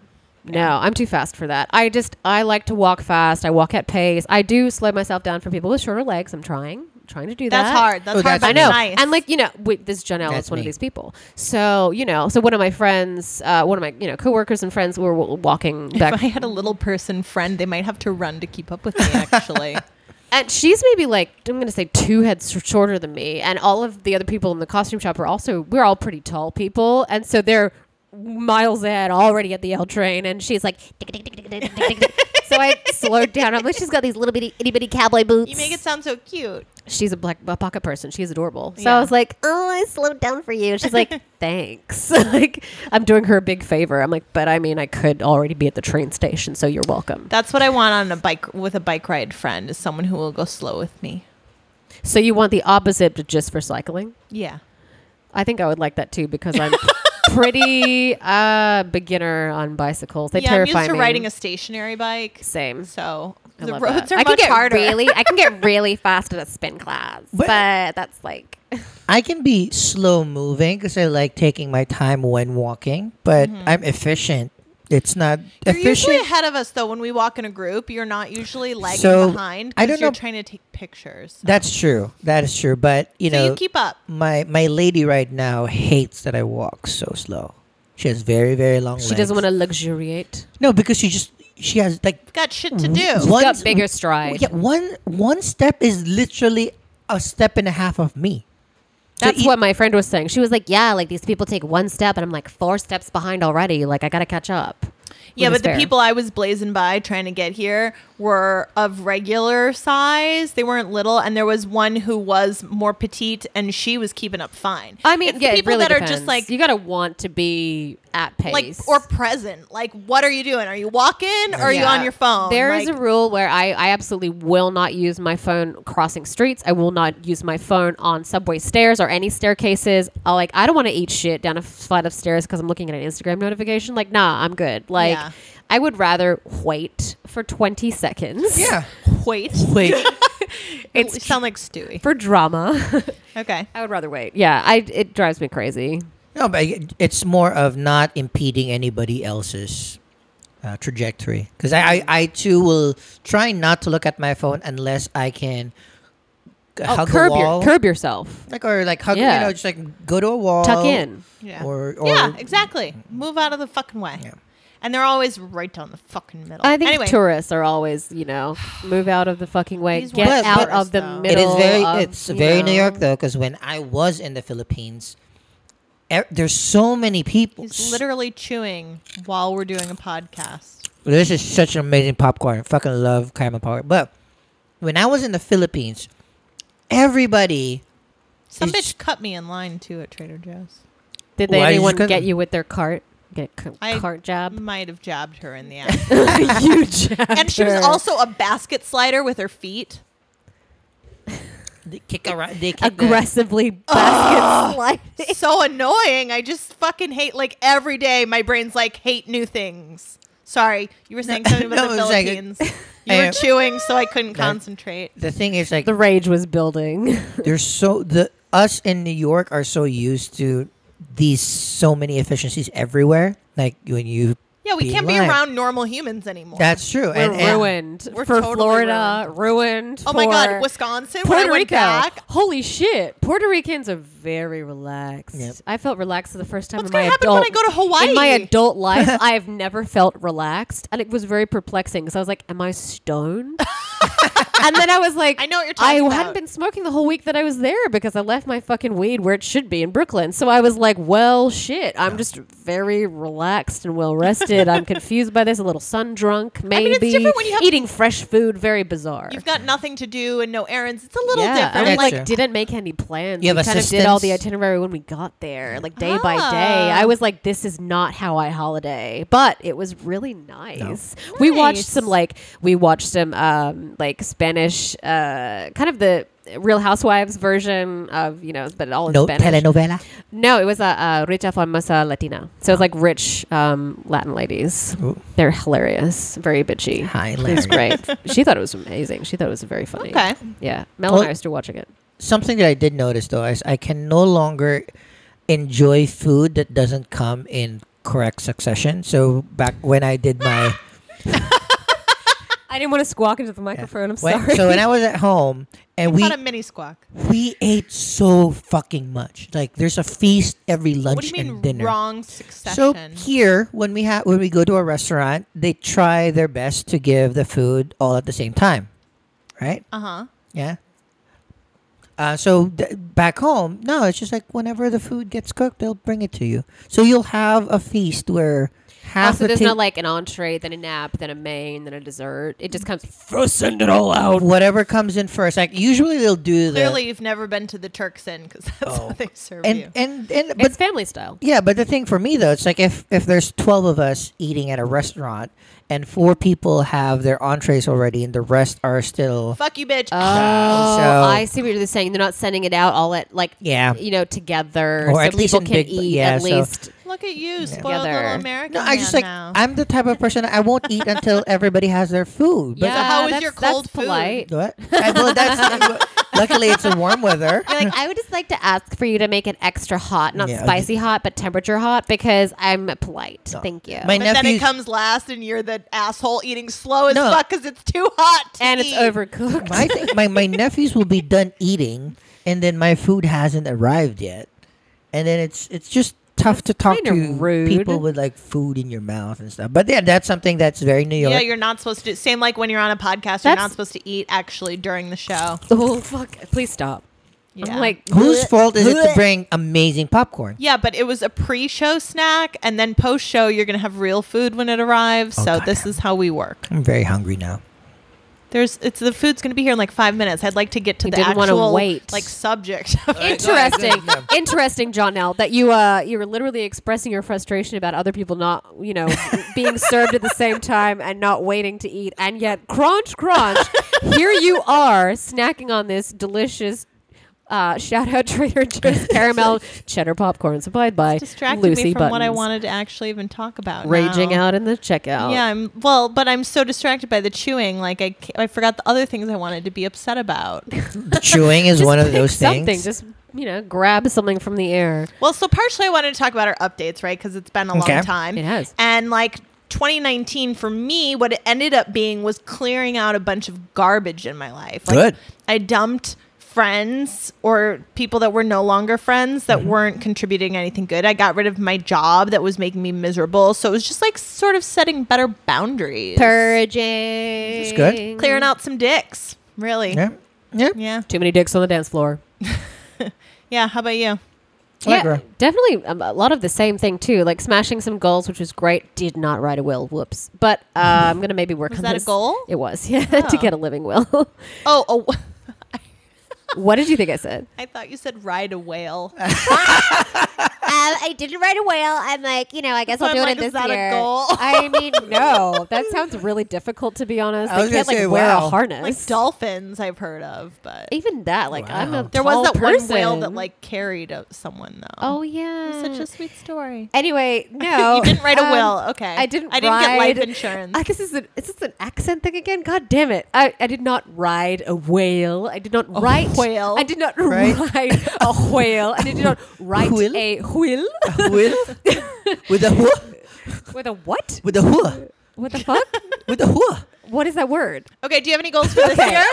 Speaker 1: No, I'm too fast for that. I just I like to walk fast. I walk at pace. I do slow myself down for people with shorter legs. I'm trying, I'm trying to do
Speaker 3: That's
Speaker 1: that.
Speaker 3: hard. That's
Speaker 6: Oh,
Speaker 3: hard.
Speaker 6: that's
Speaker 3: but
Speaker 1: I know.
Speaker 3: Nice.
Speaker 1: And like you know, wait, this Janelle
Speaker 6: That's
Speaker 1: is one of
Speaker 6: me.
Speaker 1: these people. So you know, so one of my friends, uh, one of my you know coworkers and friends were w- walking
Speaker 3: if I
Speaker 1: back,
Speaker 3: had a little person friend, they might have to run to keep up with me. Actually,
Speaker 1: and she's maybe like I'm going to say two heads sh- shorter than me, and all of the other people in the costume shop are also we're all pretty tall people, and so they're miles ahead already at the L train, and she's like.
Speaker 4: Tick, tick, tick, tick, tick, tick, tick, tick.
Speaker 1: So I slowed down. I'm like, she's got these little bitty itty bitty cowboy boots.
Speaker 3: you make it sound so cute.
Speaker 1: she's a black a pocket person. She's adorable. So
Speaker 3: Yeah.
Speaker 1: I was like, oh, I slowed down for you. And she's like, thanks. like I'm doing her a big favor. I'm like, but I mean, I could already be at the train station, so you're welcome.
Speaker 3: That's what I want on a bike with a bike ride friend is someone who will go slow with me.
Speaker 1: So you want the opposite to just for cycling?
Speaker 3: Yeah.
Speaker 1: I think I would like that too because I'm pretty uh, beginner on bicycles. They
Speaker 3: yeah, I'm
Speaker 1: terrify
Speaker 3: used to
Speaker 1: me.
Speaker 3: riding a stationary bike,
Speaker 1: same.
Speaker 3: so
Speaker 1: I
Speaker 3: the
Speaker 1: love
Speaker 3: roads
Speaker 1: that.
Speaker 3: are
Speaker 1: I can
Speaker 3: much
Speaker 1: get
Speaker 3: harder.
Speaker 1: really, I can get really fast at a spin class,
Speaker 6: But-
Speaker 1: but that's like
Speaker 6: I can be slow moving because I like taking my time when walking, but I'm efficient. It's not
Speaker 3: Mm-hmm. You're usually
Speaker 6: efficient.
Speaker 3: ahead of us though when we walk in a group. You're not usually lagging
Speaker 6: So,
Speaker 3: behind
Speaker 6: I
Speaker 3: because
Speaker 6: don't
Speaker 3: you're
Speaker 6: know-
Speaker 3: trying to take pictures.
Speaker 6: That's true. That is true. But you
Speaker 3: so
Speaker 6: know,
Speaker 3: you keep up.
Speaker 6: my my lady right now hates that I walk so slow. She has very very long.
Speaker 1: she doesn't want
Speaker 6: to.
Speaker 1: to luxuriate.
Speaker 6: No, because she just she has like
Speaker 3: Got shit
Speaker 1: Mm-hmm.
Speaker 3: to do.
Speaker 1: She's
Speaker 6: one
Speaker 1: got bigger stride.
Speaker 6: Yeah, one one step is literally a step and a half of me. So
Speaker 1: That's
Speaker 6: e-
Speaker 1: what my friend was saying. She was like, "Yeah, like these people take one step, and I'm like four steps behind already. Like I gotta catch up."
Speaker 3: Yeah,
Speaker 1: Which
Speaker 3: but
Speaker 1: is
Speaker 3: the
Speaker 1: fair.
Speaker 3: people I was blazing by trying to get here were of regular size. They weren't little, and there was one who was more petite, and she was keeping up fine.
Speaker 1: I mean,
Speaker 3: It's the
Speaker 1: yeah, it
Speaker 3: people
Speaker 1: really
Speaker 3: that are just
Speaker 1: depends.
Speaker 3: like
Speaker 1: you gotta want to be at
Speaker 3: like
Speaker 1: pace
Speaker 3: or present. Like, what are you doing? Are you walking? Or are you
Speaker 1: Yeah.
Speaker 3: on your phone?
Speaker 1: There is
Speaker 3: Like,
Speaker 1: a rule where I, I absolutely will not use my phone crossing streets. I will not use my phone on subway stairs or any staircases. I, like I don't want to eat shit down a flight of stairs because I'm looking at an Instagram notification. Like nah, I'm good. Like
Speaker 3: Yeah.
Speaker 1: I would rather wait for 20 seconds.
Speaker 6: Yeah.
Speaker 3: wait.
Speaker 6: Wait.
Speaker 3: It's you sound like Stewie.
Speaker 1: For drama.
Speaker 3: Okay.
Speaker 1: I would rather wait. Yeah, I it drives me crazy.
Speaker 6: no, but it- it's more of not impeding anybody else's uh, trajectory. Because I, I I too will try not to look at my phone unless I can g-
Speaker 1: Oh,
Speaker 6: hug
Speaker 1: curb
Speaker 6: a wall,
Speaker 1: your curb yourself.
Speaker 6: like or like hug.
Speaker 1: Yeah.
Speaker 6: You know, just like go to a wall,
Speaker 1: Tuck in.
Speaker 3: Yeah.
Speaker 6: or or
Speaker 3: yeah, exactly. Move out of the fucking way.
Speaker 6: Yeah.
Speaker 3: And they're always right down the fucking middle.
Speaker 1: I think
Speaker 3: anyway,
Speaker 1: tourists are always, you know, move out of the fucking way,
Speaker 3: These
Speaker 1: get
Speaker 6: ones
Speaker 1: out
Speaker 6: tourists,
Speaker 1: of the
Speaker 3: though.
Speaker 6: It
Speaker 1: middle.
Speaker 6: is very.
Speaker 1: of,
Speaker 6: it's
Speaker 1: um, you
Speaker 6: very New
Speaker 1: know.
Speaker 6: York though, because when I was in the Philippines, e- there's so many people.
Speaker 3: he's literally chewing while we're doing a podcast.
Speaker 6: This is such an amazing popcorn. Fucking love caramel popcorn. But when I was in the Philippines, everybody.
Speaker 3: Some
Speaker 6: It's-
Speaker 3: bitch cut me in line too at Trader Joe's.
Speaker 1: Did they,
Speaker 6: Why are you
Speaker 1: anyone
Speaker 6: gonna-
Speaker 1: get you with their cart? Get a c-
Speaker 3: I-
Speaker 1: cart job?
Speaker 3: Might have jabbed her in the ass.
Speaker 1: you job.
Speaker 3: and she was also a basket slider with her feet.
Speaker 6: They kick around. They kick
Speaker 1: aggressively basket sliding.
Speaker 3: So annoying. I just fucking hate like every day my brain's like hate new things. Sorry, you were saying something about
Speaker 6: no,
Speaker 3: the
Speaker 6: it's like-
Speaker 3: Philippines. you were
Speaker 6: I-
Speaker 3: chewing so I couldn't
Speaker 6: That-
Speaker 3: concentrate.
Speaker 6: The, the thing is, like,
Speaker 1: The rage was building.
Speaker 6: there's so the us in New York are so used to these so many efficiencies everywhere. Like when you
Speaker 3: Yeah, we
Speaker 6: being
Speaker 3: can't be
Speaker 6: live.
Speaker 3: around normal humans anymore.
Speaker 6: That's true.
Speaker 1: We're
Speaker 6: and, and-
Speaker 1: ruined
Speaker 3: We're
Speaker 1: for
Speaker 3: totally
Speaker 1: Florida. Ruined.
Speaker 3: oh my
Speaker 1: for
Speaker 3: god, Wisconsin, when I
Speaker 1: Puerto
Speaker 3: went
Speaker 1: Rico.
Speaker 3: back.
Speaker 1: Holy shit! Puerto Ricans are very relaxed.
Speaker 6: Yep.
Speaker 1: I felt relaxed for the first time
Speaker 3: What's
Speaker 1: in my
Speaker 3: gonna happen
Speaker 1: adult.
Speaker 3: when I go to Hawaii?
Speaker 1: In my adult life, I have never felt relaxed, and it was very perplexing because I was like, "Am I stoned?" and then I was like,
Speaker 3: I know what you're
Speaker 1: I
Speaker 3: talking about."
Speaker 1: hadn't been smoking the whole week that I was there because I left my fucking weed where it should be in Brooklyn. So I was like, well, shit. I'm just very relaxed and well rested. I'm confused by this. A little sun drunk, maybe.
Speaker 3: mean, it's different when you have-
Speaker 1: eating fresh food. Very bizarre
Speaker 3: You've got nothing to do and no errands. It's a little
Speaker 1: and
Speaker 3: different.
Speaker 1: we,
Speaker 6: That's
Speaker 1: like
Speaker 6: true.
Speaker 1: didn't make any plans.
Speaker 6: You
Speaker 1: we
Speaker 6: have
Speaker 1: kind of did all the
Speaker 6: assistants?
Speaker 1: itinerary when we got there, like day by
Speaker 3: Ah.
Speaker 1: day. I was like, this is not how I holiday, but it was really nice. We watched
Speaker 3: Nice.
Speaker 1: some like we watched some um, like Spanish, uh, kind of the Real Housewives version of you know, but all in
Speaker 6: no
Speaker 1: Spanish.
Speaker 6: telenovela.
Speaker 1: No, it was a uh, Richa Famosa Latina. So it's like rich um, Latin ladies.
Speaker 6: Ooh.
Speaker 1: They're hilarious, very bitchy.
Speaker 6: Hi,
Speaker 1: It was
Speaker 6: Larry.
Speaker 1: great. she thought it was amazing. She thought it was very funny.
Speaker 3: Okay.
Speaker 1: Yeah. Mel and I
Speaker 6: Well-
Speaker 1: are still watching it.
Speaker 6: Something that I did notice though is I can no longer enjoy food that doesn't come in correct succession. So back when I did my
Speaker 1: I didn't want to squawk into the microphone. I'm
Speaker 6: when-
Speaker 1: sorry.
Speaker 6: so when I was at home and we
Speaker 3: Not a mini squawk.
Speaker 6: we ate so fucking much. Like there's a feast every lunch
Speaker 3: What do you
Speaker 6: and
Speaker 3: mean
Speaker 6: dinner.
Speaker 3: wrong
Speaker 6: So
Speaker 3: succession?
Speaker 6: here, when we have when we go to a restaurant, they try their best to give the food all at the same time, right?
Speaker 3: uh huh.
Speaker 6: Yeah. Uh, so th- back home, no, it's just like whenever the food gets cooked, they'll bring it to you. So you'll have a feast where half
Speaker 1: also,
Speaker 6: the
Speaker 1: there's
Speaker 6: ta-
Speaker 1: not like an entree, then a nap, then a main, then a dessert. It just comes.
Speaker 6: send it all out. Whatever comes in first, like usually they'll do the
Speaker 3: Clearly, you've never been to the Turks Inn because that's how they serve you.
Speaker 6: Oh. and and and but
Speaker 1: it's family style.
Speaker 6: Yeah, but the thing for me though, it's like if if there's twelve of us eating at a restaurant and four people have their entrees already and the rest are still
Speaker 3: Fuck you, bitch.
Speaker 1: Oh,
Speaker 6: So-
Speaker 1: I see what you're saying. They're not sending it out all at like
Speaker 6: Yeah.
Speaker 1: you know, together,
Speaker 6: Or
Speaker 1: so
Speaker 6: at least
Speaker 1: people
Speaker 6: in
Speaker 1: can
Speaker 6: big-
Speaker 1: eat
Speaker 6: yeah,
Speaker 1: at
Speaker 6: so-
Speaker 1: least.
Speaker 3: Look at you, spoiled
Speaker 1: Together.
Speaker 3: little American.
Speaker 6: No, I just
Speaker 3: man
Speaker 6: like
Speaker 3: now.
Speaker 6: I'm the type of person I won't eat until everybody has their food. But
Speaker 1: yeah,
Speaker 3: how was
Speaker 1: that's-
Speaker 3: your cold
Speaker 1: that's
Speaker 3: food?
Speaker 1: Polite.
Speaker 6: what? I, well, that's luckily it's a warm weather.
Speaker 1: You're like, I would just like to ask for you to make it extra hot, not
Speaker 6: Yeah.
Speaker 1: spicy hot, but temperature hot, because I'm polite. Thank you.
Speaker 3: but
Speaker 6: My
Speaker 3: then it
Speaker 6: nephew's
Speaker 3: comes last, and you're the asshole eating slow as
Speaker 6: No.
Speaker 3: fuck because it's too hot. to
Speaker 1: and it's
Speaker 3: eat.
Speaker 1: overcooked.
Speaker 6: my, thing- my my nephews will be done eating, and then my food hasn't arrived yet, and then it's it's just tough to talk
Speaker 1: kinda
Speaker 6: to
Speaker 1: rude.
Speaker 6: people with like food in your mouth and stuff. But yeah, that's something that's very New York.
Speaker 3: Yeah, you're not supposed to. Same like when you're on a podcast, you're
Speaker 1: That's-
Speaker 3: not supposed to eat actually during the show.
Speaker 1: oh fuck! Please stop.
Speaker 3: Yeah.
Speaker 1: I'm like,
Speaker 6: Whose fault is it to bring amazing popcorn?
Speaker 3: Yeah, but it was a pre-show snack, and then post-show, you're gonna have real food when it arrives. so
Speaker 6: God.
Speaker 3: this is how we work.
Speaker 6: I'm very hungry now.
Speaker 3: There's, it's the food's gonna be here in like five minutes. I'd like to get to
Speaker 1: You
Speaker 3: the
Speaker 1: didn't wanna
Speaker 3: actual
Speaker 1: wait.
Speaker 3: like subject. of it.
Speaker 1: interesting interesting john L, that you uh you were literally expressing your frustration about other people not you know being served at the same time and not waiting to eat and yet crunch crunch here you are snacking on this delicious uh, shout out Trader Joe's caramel cheddar popcorn supplied by
Speaker 3: Distracted
Speaker 1: Lucy
Speaker 3: me from what I
Speaker 1: Buttons.
Speaker 3: wanted to actually even talk about.
Speaker 1: Raging
Speaker 3: now.
Speaker 1: out in the checkout.
Speaker 3: Yeah, I'm well, but I'm so distracted by the chewing. Like I, ca- I forgot the other things I wanted to be upset about.
Speaker 6: The chewing is
Speaker 1: Just
Speaker 6: one of
Speaker 1: pick
Speaker 6: those
Speaker 1: something.
Speaker 6: things.
Speaker 1: Just you know, grab something from the air.
Speaker 3: Well, so partially I wanted to talk about our updates, right? Because it's been a
Speaker 6: Okay.
Speaker 3: long time.
Speaker 1: It has.
Speaker 3: And like 2019 for me, what it ended up being was clearing out a bunch of garbage in my life. Like,
Speaker 6: Good.
Speaker 3: I dumped friends or people that were no longer friends
Speaker 6: Mm-hmm.
Speaker 3: that weren't contributing anything good. I got rid of my job that was making me miserable. So it was just like sort of setting better boundaries.
Speaker 1: Purging.
Speaker 6: good.
Speaker 3: Clearing out some dicks, really.
Speaker 6: yeah, yeah.
Speaker 3: Yeah.
Speaker 1: Too many dicks on the dance floor.
Speaker 3: Yeah. How about you?
Speaker 6: Allegra.
Speaker 1: definitely um, a lot of the same thing too. Like smashing some goals, which was great. Did not write a will. Whoops. But uh, I'm gonna maybe work
Speaker 3: Was
Speaker 1: on
Speaker 3: that a
Speaker 1: this.
Speaker 3: goal?
Speaker 1: It was. Yeah, to get a living will.
Speaker 3: Oh, oh.
Speaker 1: what did you think I said?
Speaker 3: I thought you said ride a whale.
Speaker 4: Um, I didn't write a whale. I'm like, you know, I guess
Speaker 3: So
Speaker 4: I'll
Speaker 3: I'm
Speaker 4: do
Speaker 3: like,
Speaker 4: it in
Speaker 3: is
Speaker 4: this
Speaker 3: that a
Speaker 4: year.
Speaker 3: goal?
Speaker 4: I mean,
Speaker 1: No, that sounds really difficult to be honest.
Speaker 6: I
Speaker 1: They
Speaker 6: was gonna
Speaker 1: can't, like,
Speaker 6: say,
Speaker 1: wear
Speaker 6: wow.
Speaker 1: a harness.
Speaker 3: like dolphins I've heard of, but
Speaker 1: Even that, like I'm
Speaker 6: Wow.
Speaker 1: a
Speaker 3: there was
Speaker 1: tall
Speaker 3: that
Speaker 1: person.
Speaker 3: one whale that like carried out someone though.
Speaker 1: Oh yeah.
Speaker 3: such a sweet story.
Speaker 1: Anyway, no.
Speaker 3: you didn't write a
Speaker 1: um,
Speaker 3: will. Okay,
Speaker 1: I didn't.
Speaker 3: I didn't get
Speaker 1: ride-
Speaker 3: life insurance.
Speaker 1: I guess is it is this an accent thing again? God damn it! I, I did not ride a whale. I did not write
Speaker 3: Oh, whale.
Speaker 1: I did not
Speaker 6: Right.
Speaker 1: ride a whale, and I did not write
Speaker 6: Wheel?
Speaker 1: a wheel.
Speaker 6: With with a whoop.
Speaker 2: With a what?
Speaker 6: with a hua,
Speaker 2: What the fuck?
Speaker 6: with a hua.
Speaker 2: what is that word?
Speaker 3: Okay, do you have any goals for this year?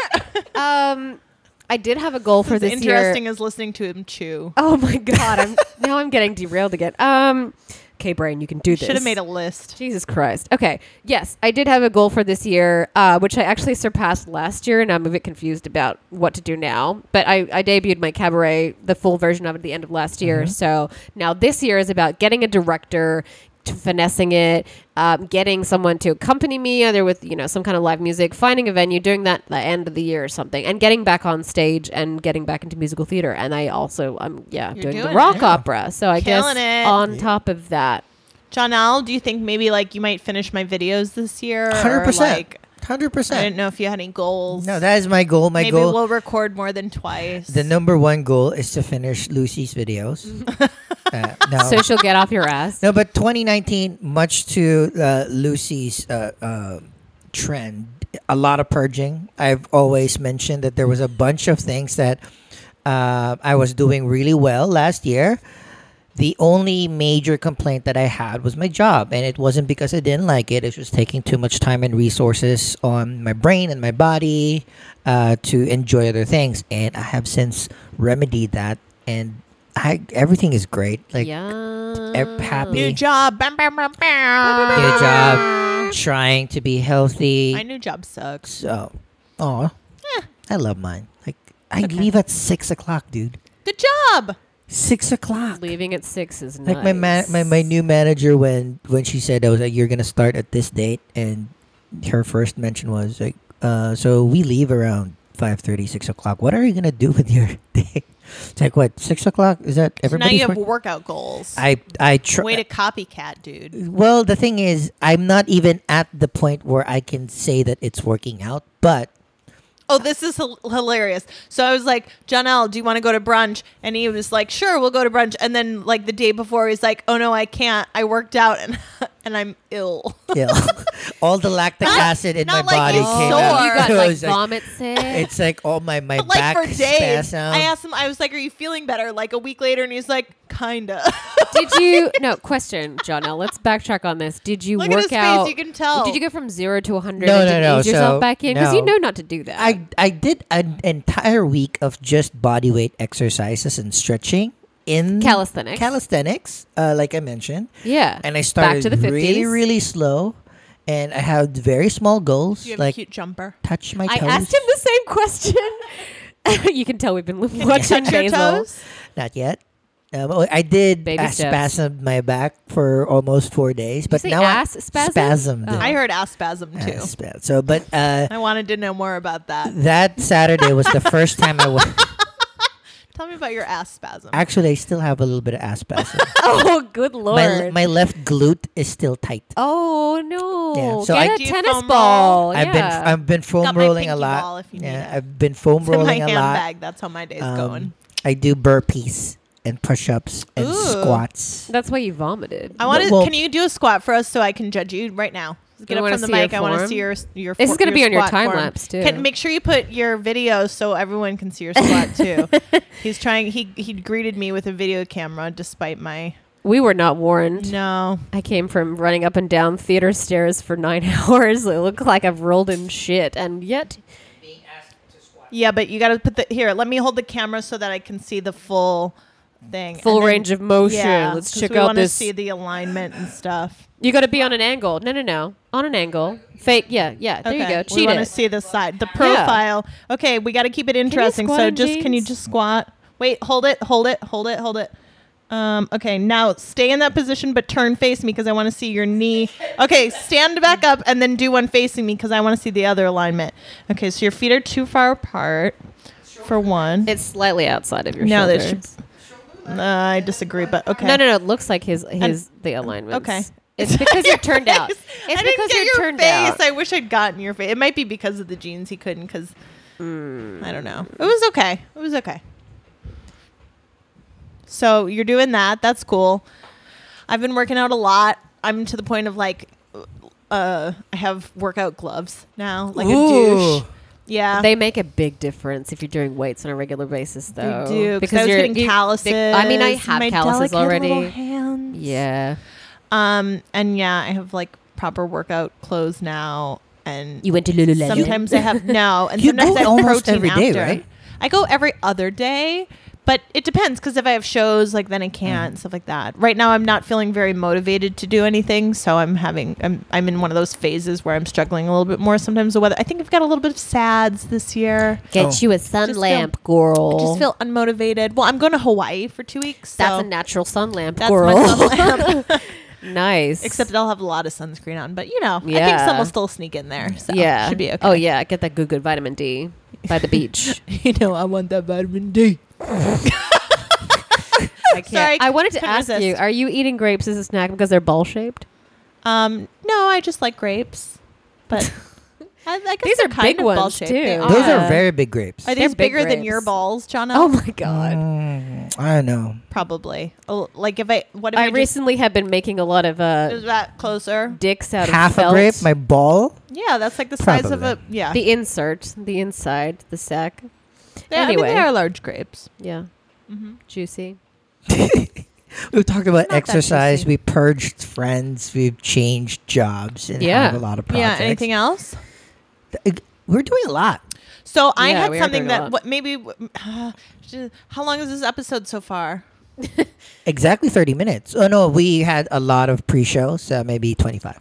Speaker 1: Um, I did have a goal for this
Speaker 3: Interesting
Speaker 1: year.
Speaker 3: is listening to him chew.
Speaker 1: Oh my god! I'm now I'm getting derailed again. Um, okay, brain, you can do this.
Speaker 3: Should have made a list.
Speaker 1: Jesus Christ. Okay. Yes, I did have a goal for this year, uh, which I actually surpassed last year, and I'm a bit confused about what to do now. But I, I debuted my cabaret, the full version of it, at the end of last year. So now this year is about getting a director, to finessing it, um, getting someone to accompany me, either with you know some kind of live music, finding a venue, doing that at the end of the year or something, and getting back on stage and getting back into musical theater. And I also, um, yeah,
Speaker 3: You're
Speaker 1: doing, the
Speaker 3: doing
Speaker 1: rock
Speaker 3: it.
Speaker 1: opera. So I
Speaker 3: Killing
Speaker 1: guess
Speaker 3: it.
Speaker 1: on top of that.
Speaker 3: John Al, do you think maybe like you might finish my videos this year? or,
Speaker 6: Hundred percent.
Speaker 3: like,
Speaker 6: Hundred
Speaker 3: I didn't
Speaker 6: percent.
Speaker 3: know if you had any goals.
Speaker 6: No, that is my goal. My
Speaker 3: maybe
Speaker 6: goal.
Speaker 3: we'll record more than twice.
Speaker 6: the number one goal is to finish Lucy's videos. uh, no.
Speaker 1: So she'll get off your ass.
Speaker 6: No, but 2019, much to uh, Lucy's uh, uh, trend, a lot of purging. I've always mentioned that there was a bunch of things that uh, I was doing really well last year. The only major complaint that I had was my job, and it wasn't because I didn't like it. It was just taking too much time and resources on my brain and my body uh, to enjoy other things. And I have since remedied that, and I everything is great. Like
Speaker 1: yeah.
Speaker 6: ev- happy
Speaker 3: new job. Bam, bam, bam, bam.
Speaker 6: your job, trying to be
Speaker 3: My
Speaker 6: healthy.
Speaker 3: new job sucks.
Speaker 6: So, oh, I love mine. Like I leave at six o'clock, dude.
Speaker 3: Good job.
Speaker 6: Six o'clock.
Speaker 1: Leaving at six is nice.
Speaker 6: Like my, man, my my new manager when when she said I was like you're gonna start at this date and her first mention was like uh so we leave around 5.30, 6 o'clock. What are you gonna do with your day? It's like what six o'clock is that
Speaker 3: So now
Speaker 6: everybody's
Speaker 3: you have
Speaker 6: work-
Speaker 3: workout goals.
Speaker 6: I I try.
Speaker 3: Way to copycat, dude.
Speaker 6: Well, the thing is, I'm not even at the point where I can say that it's working out, but
Speaker 3: Oh, this is hil- hilarious. So I was like, John L, do you want to go to brunch? And he was like, sure, we'll go to brunch. And then like the day before, he's like, oh no, I can't. I worked out and and I'm ill.
Speaker 6: still, all the lactic
Speaker 3: Not-
Speaker 6: acid in my
Speaker 3: not like
Speaker 6: body
Speaker 3: it's
Speaker 6: came
Speaker 3: sore.
Speaker 6: out.
Speaker 1: Oh, You got like
Speaker 6: It's like-
Speaker 1: vomit sick.
Speaker 6: it's like all my my
Speaker 3: But, like
Speaker 6: back
Speaker 3: for days,
Speaker 6: spasms.
Speaker 3: I asked him. I was like, are you feeling better? Like a week later, and he's like, kinda.
Speaker 1: Did you no question, John? Now let's backtrack on this. Did you
Speaker 3: Look at
Speaker 1: work
Speaker 3: his face,
Speaker 1: out?
Speaker 3: you can tell.
Speaker 1: Did you go from zero to hundred?
Speaker 6: No,
Speaker 1: and
Speaker 6: no,
Speaker 1: didn't
Speaker 6: no,
Speaker 1: Ease yourself
Speaker 6: so,
Speaker 1: back in because you
Speaker 6: no.
Speaker 1: know not to do that.
Speaker 6: I I did an entire week of just body weight exercises and stretching in
Speaker 1: Calisthenics.
Speaker 6: Calisthenics, uh, like I mentioned,
Speaker 1: yeah,
Speaker 6: and I
Speaker 1: back
Speaker 6: started
Speaker 1: to the
Speaker 6: really
Speaker 1: fifties.
Speaker 6: really slow, and I had very small goals
Speaker 3: you have a
Speaker 6: like
Speaker 3: cute jumper.
Speaker 6: touch my
Speaker 1: I
Speaker 6: toes.
Speaker 1: asked him the same question. you can tell we've been watching
Speaker 3: Touch your
Speaker 1: Basil.
Speaker 3: toes.
Speaker 6: Not yet. Um, oh, I did
Speaker 1: Baby
Speaker 6: I
Speaker 1: steps.
Speaker 6: spasmed my back for almost four days, but
Speaker 1: say
Speaker 6: now
Speaker 1: ass
Speaker 6: I
Speaker 1: spasm?
Speaker 6: spasmed.
Speaker 1: Oh.
Speaker 6: it.
Speaker 3: I heard ass spasm too.
Speaker 6: Uh, Ass spa- So, but uh,
Speaker 3: I wanted to know more about that.
Speaker 6: that Saturday was the first time I was.
Speaker 3: Tell me about your ass spasm.
Speaker 6: Actually, I still have a little bit of ass spasm.
Speaker 1: Oh, good lord!
Speaker 6: my, le- my left glute is still tight.
Speaker 1: oh no!
Speaker 6: Yeah, so I-
Speaker 1: Get
Speaker 3: Do
Speaker 1: a
Speaker 3: you
Speaker 1: tennis
Speaker 3: foam roll?
Speaker 1: ball.
Speaker 6: I've been
Speaker 1: yeah.
Speaker 6: I've been foam
Speaker 3: Got my
Speaker 6: rolling a
Speaker 3: pinky
Speaker 6: lot.
Speaker 3: ball if you need
Speaker 6: yeah,
Speaker 3: it.
Speaker 6: I've been foom
Speaker 3: It's in my
Speaker 6: rolling a lot.
Speaker 3: handbag. That's how my day's
Speaker 6: Um,
Speaker 3: going.
Speaker 6: I do burpees and push-ups and
Speaker 3: Ooh.
Speaker 6: squats.
Speaker 1: That's why you vomited.
Speaker 3: I want to.
Speaker 6: well-
Speaker 3: can you do a squat for us so I can judge you right now? Get
Speaker 1: You
Speaker 3: up
Speaker 1: wanna
Speaker 3: from the
Speaker 1: see your
Speaker 3: mic. I want to
Speaker 1: form?
Speaker 3: see your your.
Speaker 1: This is gonna be on your
Speaker 3: squat
Speaker 1: time
Speaker 3: form.
Speaker 1: lapse, too.
Speaker 3: Can, make sure you put your video so everyone can see your squat too. He's trying. He he greeted me with a video camera despite my
Speaker 1: we were not warned.
Speaker 3: no.
Speaker 1: I came from running up and down theater stairs for nine hours. It looked like I've rolled in shit, and yet
Speaker 3: Yeah, but you got to put the here. Let me hold the camera so that I can see the full thing.
Speaker 1: full
Speaker 3: And then-
Speaker 1: range of motion.
Speaker 3: Yeah,
Speaker 1: Let's
Speaker 3: 'cause
Speaker 1: check
Speaker 3: we
Speaker 1: out
Speaker 3: wanna
Speaker 1: this.
Speaker 3: See the alignment and stuff.
Speaker 1: you got to be on an angle. No, no, no, on an angle. Fake. Yeah, yeah. There you
Speaker 3: Okay,
Speaker 1: go.
Speaker 3: We
Speaker 1: Cheat
Speaker 3: want to
Speaker 1: it.
Speaker 3: see the side, the profile. Okay, we got to keep it interesting.
Speaker 1: squat
Speaker 3: So
Speaker 1: in
Speaker 3: just can you
Speaker 1: jeans?
Speaker 3: just squat? Wait, hold it, hold it, hold it, hold it. Um, okay, now stay in that position, but turn face me because I want to see your knee. Okay, stand back up and then do one facing me because I want to see the other alignment. Okay, so your feet are too far apart for one.
Speaker 1: It's slightly outside of your
Speaker 3: No, that
Speaker 1: shoulders.
Speaker 3: Uh, I disagree, but okay.
Speaker 1: No, no, no. It looks like his his the alignment.
Speaker 3: okay.
Speaker 1: It's because you're turned out. It's
Speaker 3: I didn't
Speaker 1: because
Speaker 3: get
Speaker 1: you're
Speaker 3: your
Speaker 1: turned
Speaker 3: face.
Speaker 1: out.
Speaker 3: I wish I'd gotten your face. It might be because of the jeans he couldn't. Because
Speaker 1: Mm.
Speaker 3: I don't know. It was okay. It was okay. So you're doing that. That's cool. I've been working out a lot. I'm to the point of like, uh, I have workout gloves now, like a
Speaker 6: Ooh.
Speaker 3: douche. Yeah.
Speaker 1: They make a big difference if you're doing weights on a regular basis, though.
Speaker 3: do because I was
Speaker 1: you're
Speaker 3: getting
Speaker 1: you-
Speaker 3: calluses.
Speaker 1: they- I mean, I have
Speaker 3: my
Speaker 1: calluses
Speaker 3: delicate little
Speaker 1: already.
Speaker 3: Hands.
Speaker 1: Yeah.
Speaker 3: Um, and yeah, I have like proper workout clothes now, and
Speaker 1: You went to Lululemon.
Speaker 3: sometimes I have no, and
Speaker 6: You
Speaker 3: sometimes
Speaker 6: go
Speaker 3: I have
Speaker 6: almost
Speaker 3: protein
Speaker 6: every
Speaker 3: after.
Speaker 6: day, right?
Speaker 3: I go every other day, but it depends because if I have shows, like
Speaker 1: Mm.
Speaker 3: then I can't stuff like that. Right now, I'm not feeling very motivated to do anything, so I'm having I'm I'm in one of those phases where I'm struggling a little bit more. Sometimes the weather. I think I've got a little bit of sads this year.
Speaker 1: Get
Speaker 6: Oh.
Speaker 1: you a sun
Speaker 3: Just
Speaker 1: lamp, girl.
Speaker 3: I just feel unmotivated. Well, I'm going to Hawaii for two weeks. So
Speaker 1: That's a natural sun lamp,
Speaker 3: that's
Speaker 1: girl.
Speaker 3: my sun lamp.
Speaker 1: nice.
Speaker 3: Except I'll have a lot of sunscreen on, but you know, I think
Speaker 1: Yeah.
Speaker 3: some will still sneak in there. So
Speaker 1: yeah,
Speaker 3: should be okay.
Speaker 1: Oh yeah, get that good good vitamin D by the beach.
Speaker 3: you know, I want that vitamin D.
Speaker 1: I can't.
Speaker 3: Sorry,
Speaker 1: I wanted to
Speaker 3: couldn't
Speaker 1: ask you:
Speaker 3: resist.
Speaker 1: Are you eating grapes as a snack because they're ball shaped?
Speaker 3: Um, no, I just like grapes, but I, I guess
Speaker 1: These
Speaker 3: they're
Speaker 1: are
Speaker 3: kind
Speaker 1: big
Speaker 3: of
Speaker 1: ones,
Speaker 3: ball-shaped. They
Speaker 1: too.
Speaker 6: Those
Speaker 1: Uh,
Speaker 6: are very big grapes.
Speaker 3: Are
Speaker 1: They're
Speaker 3: these
Speaker 1: big
Speaker 3: bigger than your
Speaker 1: grapes.
Speaker 3: balls, John?
Speaker 1: Oh my god!
Speaker 6: Mm, I don't know.
Speaker 3: probably. Oh, like if I what if I,
Speaker 1: I
Speaker 3: just,
Speaker 1: recently have been making a lot of
Speaker 3: is
Speaker 1: uh,
Speaker 3: that closer?
Speaker 1: dicks out of
Speaker 6: Half
Speaker 1: felt.
Speaker 6: a grape, my ball.
Speaker 3: Yeah, that's like the size of a
Speaker 6: Probably.
Speaker 3: yeah.
Speaker 1: the insert, the inside, the sack.
Speaker 3: They- I mean,
Speaker 1: anyway.
Speaker 3: they are large grapes.
Speaker 1: Yeah, Mm-hmm. juicy.
Speaker 6: We've talked about
Speaker 3: Not that
Speaker 6: exercise.
Speaker 3: juicy.
Speaker 6: We purged friends. We've changed jobs and
Speaker 1: Yeah.
Speaker 6: have a lot of projects.
Speaker 3: Yeah. Anything else?
Speaker 6: Th- We're doing a lot.
Speaker 3: So I
Speaker 1: Yeah,
Speaker 3: had
Speaker 1: we are
Speaker 3: something
Speaker 1: doing a
Speaker 3: that
Speaker 1: lot.
Speaker 3: what maybe uh, how long is this episode so far?
Speaker 6: Exactly 30 minutes. Oh, no, we had a lot of pre shows, uh, maybe 25.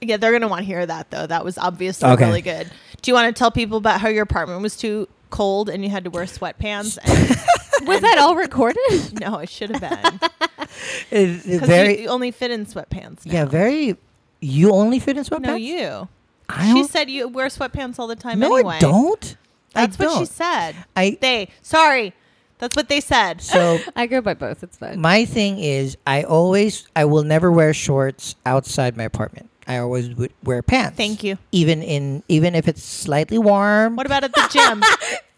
Speaker 3: Yeah, they're gonna want to hear that though. That was obviously
Speaker 6: Okay.
Speaker 3: really good. Do you want to tell people about how your apartment was too cold and you had to wear sweatpants? And,
Speaker 1: Was that all recorded?
Speaker 3: no, it should have been
Speaker 6: It- it
Speaker 3: because you,
Speaker 6: Uh, Very,
Speaker 3: you only fit in sweatpants. Now.
Speaker 6: yeah, very. You only fit in sweatpants?
Speaker 3: No, you.
Speaker 6: I don't,
Speaker 3: She said you wear sweatpants all the time.
Speaker 6: no,
Speaker 3: anyway.
Speaker 6: I don't.
Speaker 3: That's
Speaker 6: I
Speaker 3: what
Speaker 6: don't.
Speaker 3: she said.
Speaker 6: I,
Speaker 3: They sorry. That's what they said.
Speaker 6: so
Speaker 1: I go by both. It's fine.
Speaker 6: my thing is, I always, I will never wear shorts outside my apartment. I always would wear pants.
Speaker 3: Thank you.
Speaker 6: Even in, even if it's slightly warm.
Speaker 3: What about at the gym?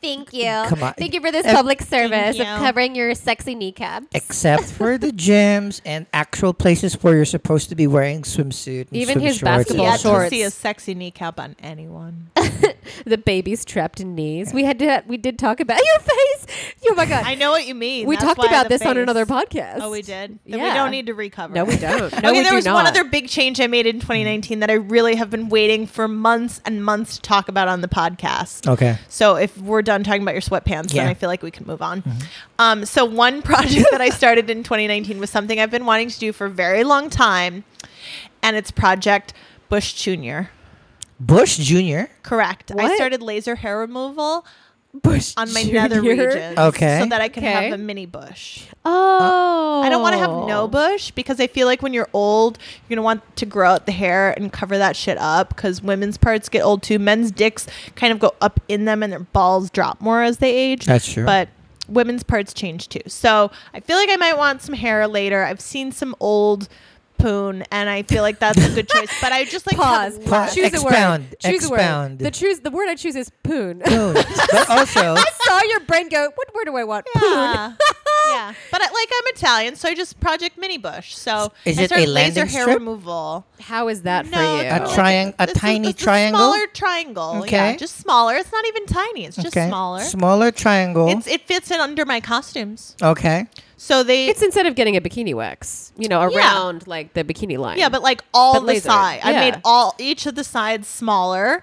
Speaker 4: Thank you.
Speaker 6: Come on.
Speaker 4: Thank you for this
Speaker 6: Ev-
Speaker 4: public service of
Speaker 3: you.
Speaker 4: covering your sexy kneecaps.
Speaker 6: except for the gyms and actual places where you're supposed to be wearing swimsuit. And
Speaker 1: Even
Speaker 6: swim
Speaker 1: his
Speaker 6: shorts
Speaker 3: You
Speaker 1: basketball
Speaker 6: and all
Speaker 3: had
Speaker 6: that.
Speaker 1: shorts.
Speaker 3: to see a sexy kneecap on anyone.
Speaker 6: Mm.
Speaker 1: The baby's trapped in knees. We had to. We did talk about your face. Oh my god!
Speaker 3: I know what you mean.
Speaker 1: we
Speaker 3: That's
Speaker 1: talked
Speaker 3: why
Speaker 1: about
Speaker 3: the
Speaker 1: this on
Speaker 3: face.
Speaker 1: another podcast.
Speaker 3: Oh, we did. Then we
Speaker 1: Yeah.
Speaker 3: don't need to recover.
Speaker 1: No, we don't. No,
Speaker 3: okay,
Speaker 1: we
Speaker 3: there
Speaker 1: do
Speaker 3: was
Speaker 1: not. Mm.
Speaker 3: one other big change I made in 2019 that I really have been waiting for months and months to talk about on the podcast.
Speaker 6: Okay.
Speaker 3: So if we're done talking about your sweatpants, then
Speaker 6: Yeah.
Speaker 3: I feel like we can move on.
Speaker 1: Mm-hmm.
Speaker 3: Um, so one project that I started in 2019 was something I've been wanting to do for a very long time, and it's Project Bush Junior.
Speaker 6: Bush Jr.
Speaker 3: Correct. I
Speaker 1: What?
Speaker 3: started laser hair removal
Speaker 1: bush
Speaker 3: on my nether
Speaker 1: junior.
Speaker 3: regions,
Speaker 6: Okay.
Speaker 3: so that I can
Speaker 1: Okay.
Speaker 3: have a mini bush.
Speaker 1: Oh,
Speaker 3: I don't want to have no bush because I feel like when you're old, you're gonna want to grow out the hair and cover that shit up because women's parts get old too. Men's dicks kind of go up in them and their balls drop more as they age.
Speaker 6: That's true.
Speaker 3: But women's parts change too. So I feel like I might want some hair later. I've seen some old poon and I feel like that's a good choice. But I just like to have
Speaker 1: Pause.
Speaker 6: Pa-
Speaker 1: Choose
Speaker 6: expound.
Speaker 1: a word. Choose a
Speaker 6: Expound.
Speaker 1: word. The choose the word I choose is poon.
Speaker 6: Boom. but also,
Speaker 1: I saw your brain go. What word do I want? Poon.
Speaker 3: Yeah. yeah. But I, like I'm Italian, so I just project mini bush. So
Speaker 6: Is
Speaker 3: I
Speaker 6: it
Speaker 3: started
Speaker 6: a
Speaker 3: laser
Speaker 6: landing
Speaker 3: hair
Speaker 6: strip?
Speaker 3: removal.
Speaker 1: How is that
Speaker 3: No,
Speaker 1: for you?
Speaker 3: it's
Speaker 6: a
Speaker 3: like
Speaker 6: triangle, a
Speaker 3: This is-
Speaker 6: tiny
Speaker 3: this is
Speaker 6: triangle.
Speaker 3: smaller triangle. Yeah,
Speaker 6: Okay.
Speaker 3: just smaller. It's not even tiny. It's just
Speaker 6: okay.
Speaker 3: smaller.
Speaker 6: Smaller triangle.
Speaker 3: It's it fits in under my costumes.
Speaker 6: okay.
Speaker 3: So they
Speaker 1: It's instead of getting a bikini wax, you know,
Speaker 3: Yeah.
Speaker 1: around like the bikini line.
Speaker 3: yeah, but like all
Speaker 1: But
Speaker 3: the
Speaker 1: laser.
Speaker 3: side. I
Speaker 1: Yeah.
Speaker 3: made all each of the sides smaller,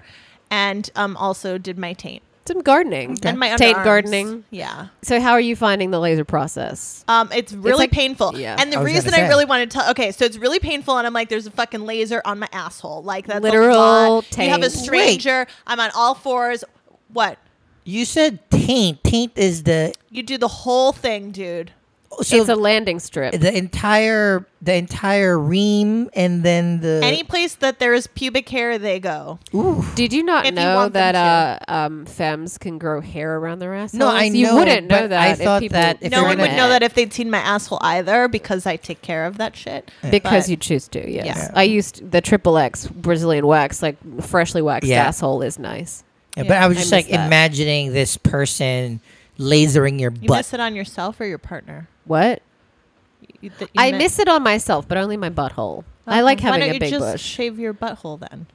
Speaker 3: and um also did my taint
Speaker 1: some gardening
Speaker 3: and my
Speaker 1: taint
Speaker 3: underarms.
Speaker 1: gardening.
Speaker 3: Yeah.
Speaker 1: So how are you finding the laser process?
Speaker 3: Um, it's really
Speaker 1: like-
Speaker 3: painful.
Speaker 1: yeah.
Speaker 3: And the
Speaker 6: I was
Speaker 3: reason
Speaker 6: gonna
Speaker 3: I
Speaker 6: say.
Speaker 3: really want to tell okay, so it's really painful and I'm like, there's a fucking laser on my asshole. Like that's
Speaker 1: Literal
Speaker 3: a lot. You have a
Speaker 1: taint.
Speaker 3: stranger, I'm on all fours. What?
Speaker 6: You said taint. Taint is the
Speaker 3: You do the whole thing, dude.
Speaker 6: so
Speaker 1: it's a landing strip.
Speaker 6: the entire the entire ream and then the
Speaker 3: Any place that there is pubic hair, they go.
Speaker 1: Did you not
Speaker 3: If you
Speaker 1: know
Speaker 3: want them
Speaker 1: that uh, um, femmes can grow hair around their ass?
Speaker 6: No, I
Speaker 1: You
Speaker 6: know,
Speaker 1: wouldn't know
Speaker 6: but
Speaker 1: that.
Speaker 6: I
Speaker 1: if
Speaker 6: thought
Speaker 1: people
Speaker 6: that if
Speaker 3: No
Speaker 6: you're
Speaker 3: one
Speaker 6: gonna-
Speaker 3: would know that if they'd seen my asshole either because I take care of that shit.
Speaker 1: because
Speaker 3: But-
Speaker 1: you choose to. Yes,
Speaker 3: Yeah.
Speaker 1: I used the triple X Brazilian wax, like freshly waxed
Speaker 6: Yeah.
Speaker 1: asshole is nice.
Speaker 6: Yeah, but I was
Speaker 1: I
Speaker 6: just
Speaker 1: miss
Speaker 6: like
Speaker 1: that.
Speaker 6: imagining this person lasering your
Speaker 3: you
Speaker 6: butt.
Speaker 3: miss it on yourself or your partner.
Speaker 1: What?
Speaker 3: You- that you
Speaker 1: I
Speaker 3: mi-
Speaker 1: miss it on myself, but only my butthole. I like
Speaker 3: Why
Speaker 1: having
Speaker 3: don't
Speaker 1: a
Speaker 3: you
Speaker 1: big
Speaker 3: just
Speaker 1: bush.
Speaker 3: Shave your butthole then.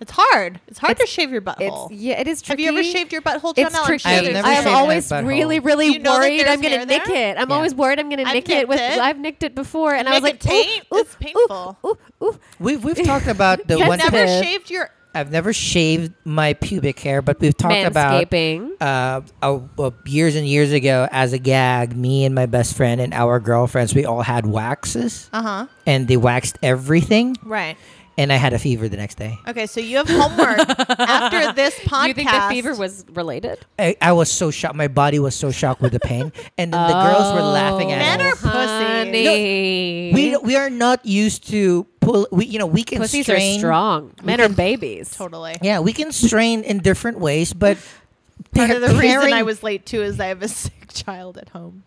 Speaker 3: It's hard. It's hard
Speaker 1: It's-
Speaker 3: to shave your butthole.
Speaker 1: It's yeah, it is
Speaker 3: Have
Speaker 1: tricky.
Speaker 3: you ever shaved your butthole, John?
Speaker 1: It's tricky.
Speaker 6: I have never
Speaker 1: I
Speaker 6: shaved
Speaker 1: am
Speaker 6: my
Speaker 1: always
Speaker 6: butthole.
Speaker 1: really, really
Speaker 3: You know that
Speaker 1: worried.
Speaker 3: there's
Speaker 1: I'm gonna
Speaker 3: hair
Speaker 1: nick
Speaker 3: there?
Speaker 1: it. I'm
Speaker 6: Yeah.
Speaker 1: always worried I'm gonna
Speaker 3: I've
Speaker 1: nick it
Speaker 3: nicked
Speaker 1: with.
Speaker 3: it.
Speaker 1: I've nicked it before, and I was like,
Speaker 3: Make it taint?
Speaker 1: ooh, ooh,
Speaker 3: It's painful.
Speaker 1: Ooh, ooh, ooh.
Speaker 6: We've we've talked about the
Speaker 1: That's
Speaker 6: one.
Speaker 1: never
Speaker 3: Never
Speaker 1: Tip.
Speaker 3: shaved your.
Speaker 6: I've never shaved my pubic hair, but we've talked about
Speaker 1: Manscaping.
Speaker 6: uh, a, a- years and years ago as a gag. Me and my best friend and our girlfriends, we all had waxes,
Speaker 3: Uh huh.
Speaker 6: and they waxed everything.
Speaker 3: Right.
Speaker 6: And I had a fever the next day.
Speaker 3: Okay, so you have homework after this podcast.
Speaker 1: Do you think the fever was related?
Speaker 6: I, I was so shocked. My body was so shocked with the pain, and then the girls were laughing at
Speaker 3: Oh. Men
Speaker 6: us.
Speaker 3: are pussies.
Speaker 1: Honey.
Speaker 6: we we are not used to pull. We you know we can
Speaker 1: Pussies
Speaker 6: strain.
Speaker 1: are strong. Men are babies.
Speaker 3: Totally.
Speaker 6: Yeah, we can strain in different ways, but
Speaker 3: Part of the reason
Speaker 6: tearing-
Speaker 3: I was late too is I have a sick child at home.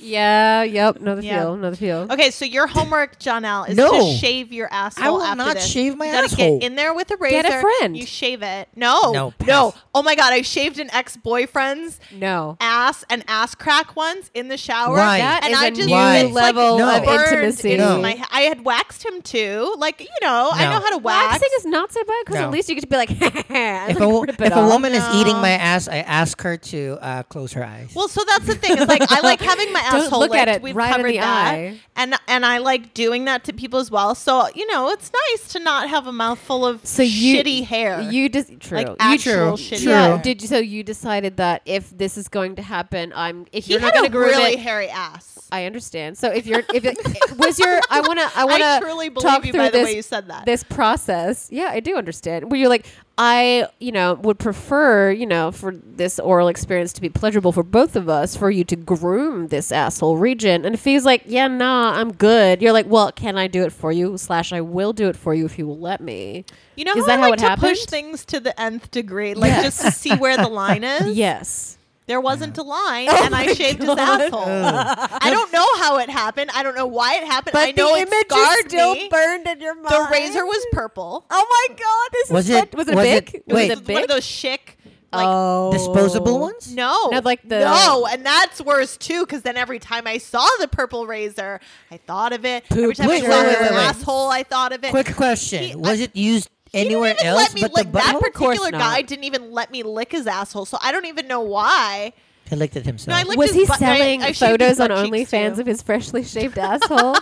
Speaker 1: Yeah. Yep. Know the
Speaker 3: Yeah.
Speaker 1: feel. Know the feel.
Speaker 3: Okay, so your homework, John Al, is
Speaker 6: No.
Speaker 3: to shave your asshole.
Speaker 6: I will
Speaker 3: after
Speaker 6: not
Speaker 3: this.
Speaker 6: shave my
Speaker 3: you gotta
Speaker 6: asshole.
Speaker 3: Get in there with a razor.
Speaker 1: Get a friend.
Speaker 3: You shave it. No,
Speaker 6: No, pass.
Speaker 3: no. Oh my god, I shaved an ex-boyfriend's
Speaker 1: No.
Speaker 3: ass and ass crack once in the shower.
Speaker 6: Why?
Speaker 1: That
Speaker 3: and
Speaker 1: is
Speaker 3: I
Speaker 1: a
Speaker 3: just
Speaker 1: new
Speaker 6: Why?
Speaker 3: it's like
Speaker 1: level
Speaker 6: No.
Speaker 1: of
Speaker 3: burned
Speaker 1: intimacy.
Speaker 3: into
Speaker 6: No.
Speaker 3: my- I had waxed him too. Like you know, I
Speaker 6: No.
Speaker 3: know how to wax.
Speaker 1: Waxing is not so bad because
Speaker 6: No.
Speaker 1: at least you get to be like, and,
Speaker 6: if
Speaker 1: like,
Speaker 6: a, wo-
Speaker 1: rip it
Speaker 6: if a
Speaker 1: off.
Speaker 6: woman is eating
Speaker 3: No.
Speaker 6: my ass, I ask her to uh, close her eyes.
Speaker 3: Well, so that's the thing. It's like I like having my
Speaker 1: Don't
Speaker 3: asshole
Speaker 1: look at
Speaker 3: licked.
Speaker 1: it
Speaker 3: We've
Speaker 1: right in
Speaker 3: covered
Speaker 1: the
Speaker 3: that,
Speaker 1: eye.
Speaker 3: and and I like doing that to people as well. So you know, it's nice to not have a mouthful of
Speaker 1: so you,
Speaker 3: shitty hair.
Speaker 1: You just true.
Speaker 3: like
Speaker 1: you
Speaker 3: actual
Speaker 6: True.
Speaker 3: shitty
Speaker 6: True.
Speaker 1: Yeah.
Speaker 3: hair.
Speaker 1: Did you? So you decided that if this is going to happen, I'm. If
Speaker 3: He
Speaker 1: you're not
Speaker 3: had
Speaker 1: going
Speaker 3: a
Speaker 1: to groom
Speaker 3: really
Speaker 1: it,
Speaker 3: hairy ass.
Speaker 1: I understand. So if you're, if it was your, I want to, I want
Speaker 3: I
Speaker 1: to
Speaker 3: truly believe
Speaker 1: talk
Speaker 3: you
Speaker 1: through
Speaker 3: by the
Speaker 1: this
Speaker 3: way you said that.
Speaker 1: this process. Yeah, I do understand. Where you're like, I, you know, would prefer, you know, for this oral experience to be pleasurable for both of us, for you to groom this asshole region. And if he's like, yeah, nah, I'm good. You're like, well, can I do it for you? Slash, I will do it for you if you will let me.
Speaker 3: You know
Speaker 1: Is
Speaker 3: how
Speaker 1: that
Speaker 3: I
Speaker 1: how
Speaker 3: like
Speaker 1: it
Speaker 3: to push
Speaker 1: happened?
Speaker 3: things to the nth degree, like just to see where the line is.
Speaker 1: Yes.
Speaker 3: There wasn't a line,
Speaker 1: Oh
Speaker 3: and I shaved his asshole. I don't know how it happened. I don't know why it happened. I know it scarred me.
Speaker 2: burned in your mind.
Speaker 3: The razor was purple.
Speaker 2: Oh my god, this
Speaker 6: was
Speaker 2: is
Speaker 6: it?
Speaker 1: was it a big?
Speaker 6: It,
Speaker 1: Was
Speaker 6: wait,
Speaker 1: it
Speaker 3: It's one
Speaker 1: big?
Speaker 3: of those chic, like
Speaker 1: oh.
Speaker 6: disposable ones?
Speaker 3: no,
Speaker 1: No, like the-
Speaker 3: no, and that's worse too. Because then every time I saw the purple razor, I thought of it. every
Speaker 1: Poop
Speaker 3: time
Speaker 6: Wait,
Speaker 3: I saw
Speaker 6: wait,
Speaker 3: his
Speaker 6: wait, wait.
Speaker 3: asshole, I thought of it.
Speaker 6: Quick question:
Speaker 3: He-
Speaker 6: Was
Speaker 3: I-
Speaker 6: it used anywhere
Speaker 3: he didn't even
Speaker 6: else
Speaker 3: let me
Speaker 6: but the
Speaker 3: lick that
Speaker 6: butthole?
Speaker 1: Of course
Speaker 3: particular
Speaker 1: not.
Speaker 3: guy didn't even let me lick his asshole, so I don't even know why.
Speaker 6: He licked it
Speaker 3: No,
Speaker 6: himself.
Speaker 3: I licked
Speaker 1: was
Speaker 3: his
Speaker 1: he
Speaker 3: butt- I-
Speaker 1: selling
Speaker 3: I shaved his
Speaker 1: photos on
Speaker 3: butt cheeks,
Speaker 1: OnlyFans
Speaker 3: too.
Speaker 1: of his freshly shaved asshole,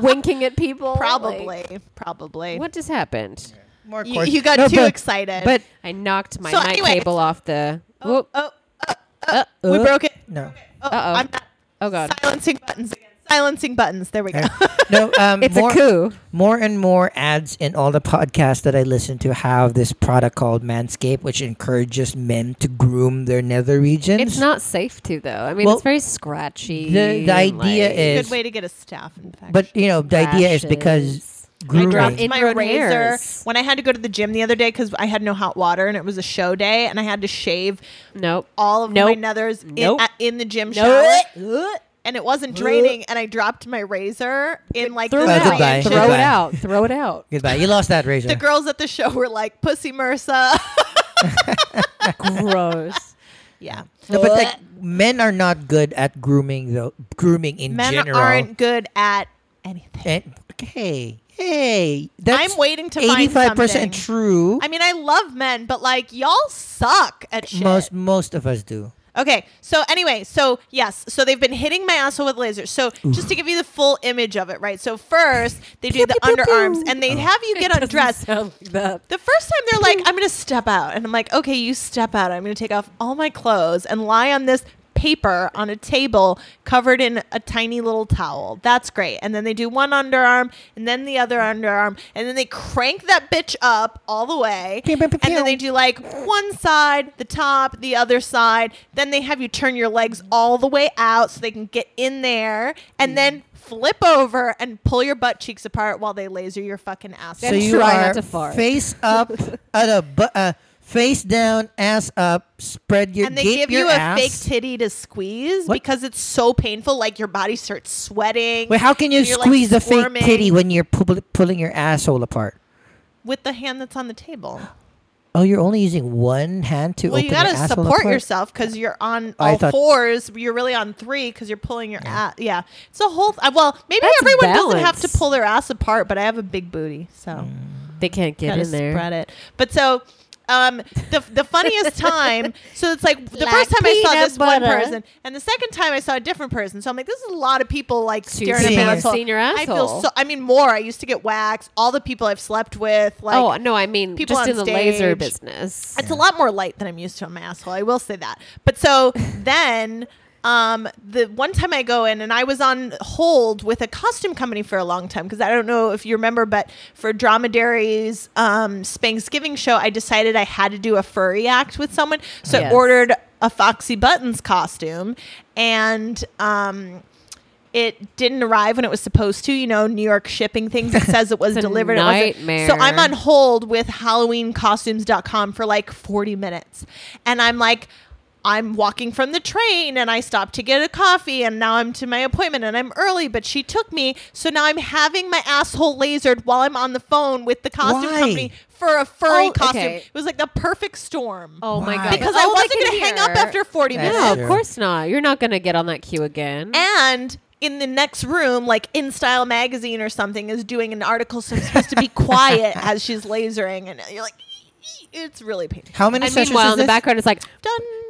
Speaker 1: winking at people?
Speaker 3: Probably,
Speaker 1: Like,
Speaker 3: probably.
Speaker 1: what just happened?
Speaker 6: More
Speaker 3: You,
Speaker 6: course-
Speaker 3: you got
Speaker 6: No,
Speaker 3: too
Speaker 6: but-
Speaker 3: excited.
Speaker 6: But
Speaker 1: I knocked my
Speaker 3: So
Speaker 1: night
Speaker 3: anyway-
Speaker 1: cable off the.
Speaker 3: oh,
Speaker 1: Whoop.
Speaker 3: oh, oh, oh, we broke it.
Speaker 6: no,
Speaker 3: Oh,
Speaker 1: uh, Uh-oh.
Speaker 3: I'm not
Speaker 1: Oh god,
Speaker 3: silencing buttons again. Silencing buttons. There we go.
Speaker 6: no. Um,
Speaker 1: it's
Speaker 6: more,
Speaker 1: a coup.
Speaker 6: More and more ads in all the podcasts that I listen to have this product called Manscaped, which encourages men to groom their nether regions.
Speaker 1: It's not safe to though. I mean,
Speaker 6: Well,
Speaker 1: it's very scratchy.
Speaker 6: the-
Speaker 1: and,
Speaker 6: the idea is-
Speaker 3: Good way to get a staff infection.
Speaker 6: But you know, the idea is because
Speaker 1: rashes. I dropped
Speaker 6: grooming.
Speaker 1: in-
Speaker 3: my
Speaker 1: Ingrown
Speaker 3: razor
Speaker 1: hairs.
Speaker 3: when I had to go to the gym the other day because I had no hot water and it was a show day and I had to shave
Speaker 1: nope.
Speaker 3: all of
Speaker 1: Nope.
Speaker 3: my nethers in,
Speaker 1: Nope.
Speaker 3: at- in the gym
Speaker 1: Nope.
Speaker 3: shower. And it wasn't draining, and I dropped my razor in like
Speaker 1: Throw it
Speaker 3: the
Speaker 6: Uh,
Speaker 1: out.
Speaker 3: three
Speaker 6: goodbye.
Speaker 3: inches.
Speaker 1: Throw it
Speaker 6: Goodbye.
Speaker 1: out. Throw it out.
Speaker 6: Goodbye. You lost that razor.
Speaker 3: The girls at the show were like, "Pussy MRSA."
Speaker 1: Gross.
Speaker 3: yeah,
Speaker 6: No, but like men are not good at grooming though. Grooming in
Speaker 3: men
Speaker 6: general.
Speaker 3: aren't good at anything.
Speaker 6: And, hey, hey, that's
Speaker 3: I'm waiting to find
Speaker 6: eighty-five percent
Speaker 3: something.
Speaker 6: true.
Speaker 3: I mean, I love men, but like y'all suck at shit.
Speaker 6: most most of us do.
Speaker 3: Okay. So anyway, so yes, so they've been hitting my asshole with lasers. So just to give you the full image of it, right? So first they do the underarms and
Speaker 6: Oh.
Speaker 3: they have you get undressed.
Speaker 1: Sound like that.
Speaker 3: The first time they're
Speaker 6: Mm.
Speaker 3: like, I'm gonna step out, and I'm like, okay, you step out. I'm gonna take off all my clothes and lie on this paper on a table covered in a tiny little towel. That's great. And then they do one underarm and then the other underarm and then they crank that bitch up all the way.
Speaker 6: Pew, pew, pew,
Speaker 3: And then they
Speaker 6: pew.
Speaker 3: do like one side, the top, the other side. Then they have you turn your legs all the way out so they can get in there
Speaker 6: Mm.
Speaker 3: and then flip over and pull your butt cheeks apart while they laser your fucking ass.
Speaker 1: And
Speaker 6: so you
Speaker 1: try
Speaker 6: are
Speaker 1: not to fart.
Speaker 6: face up, at a bu- uh, face down, ass up. Spread your
Speaker 3: and they
Speaker 6: gape
Speaker 3: give
Speaker 6: your
Speaker 3: you a
Speaker 6: ass.
Speaker 3: fake titty to squeeze
Speaker 6: What?
Speaker 3: because it's so painful. Like your body starts sweating.
Speaker 6: Wait, how can you
Speaker 3: and you're, like,
Speaker 6: squeeze the fake
Speaker 3: squirming
Speaker 6: titty when you're pu- pulling your asshole apart?
Speaker 3: with the hand that's on the table?
Speaker 6: Oh, you're only using one hand to
Speaker 3: Well,
Speaker 6: open
Speaker 3: you
Speaker 6: your
Speaker 3: gotta
Speaker 6: asshole
Speaker 3: support
Speaker 6: apart?
Speaker 3: yourself because you're on
Speaker 6: I
Speaker 3: all
Speaker 6: thought-
Speaker 3: fours. but You're really on three because you're pulling your ass. Yeah, it's a whole. uh, well, maybe
Speaker 1: That's
Speaker 3: everyone doesn't have to
Speaker 1: balance.
Speaker 3: pull their ass apart, but I have a big booty, so
Speaker 6: Mm.
Speaker 1: They can't get
Speaker 3: gotta
Speaker 1: in there.
Speaker 3: spread it. But so. Um, the, the funniest time, so it's like the
Speaker 4: Like
Speaker 3: first time I saw
Speaker 4: peanut
Speaker 3: this one
Speaker 4: butter.
Speaker 3: person, and the second time I saw a different person. So I'm like, this is a lot of people like staring at
Speaker 6: seeing
Speaker 3: my
Speaker 6: your-
Speaker 3: asshole.
Speaker 1: seeing your
Speaker 3: I feel
Speaker 1: asshole.
Speaker 3: so. I mean, more. I used to get waxed. All the people I've slept with, like,
Speaker 1: oh no, I mean
Speaker 3: people
Speaker 1: just
Speaker 3: on
Speaker 1: in the laser
Speaker 3: stage.
Speaker 1: business.
Speaker 3: It's a lot more light than I'm used to on my asshole. I will say that. But so then, um, the one time I go in and I was on hold with a costume company for a long time because I don't know if you remember, but for Dromedary's um, Thanksgiving show, I decided I had to do a furry act with someone, so
Speaker 1: Yes.
Speaker 3: I ordered a Foxy Buttons costume and. Um, it didn't arrive when it was supposed to. You know, New York shipping things. It says it was
Speaker 1: It's a
Speaker 3: delivered. It wasn't. So I'm
Speaker 1: nightmare.
Speaker 3: on hold with halloweencostumes.com for like 40 minutes. And I'm like, I'm walking from the train and I stopped to get a coffee and now I'm to my appointment and I'm early, but she took me. So now I'm having my asshole lasered while I'm on the phone with the costume
Speaker 6: Why?
Speaker 3: company for a furry
Speaker 1: Oh,
Speaker 3: costume.
Speaker 1: okay.
Speaker 3: It was like the perfect storm.
Speaker 1: Oh my
Speaker 6: Why?
Speaker 1: god!
Speaker 3: Because
Speaker 1: That's
Speaker 3: I
Speaker 1: all
Speaker 3: wasn't
Speaker 1: can
Speaker 3: going to hang up
Speaker 1: hear.
Speaker 3: after 40
Speaker 6: That's
Speaker 3: minutes.
Speaker 1: No,
Speaker 6: Sure.
Speaker 1: of course not. You're not gonna get on that queue again.
Speaker 3: And in the next room, like in Style magazine or something, is doing an article, so I'm supposed to be quiet as she's lasering, and you're like, it's really painful.
Speaker 6: How many
Speaker 1: and
Speaker 6: sessions
Speaker 1: meanwhile,
Speaker 6: is
Speaker 1: in the
Speaker 6: this?
Speaker 1: background, it's like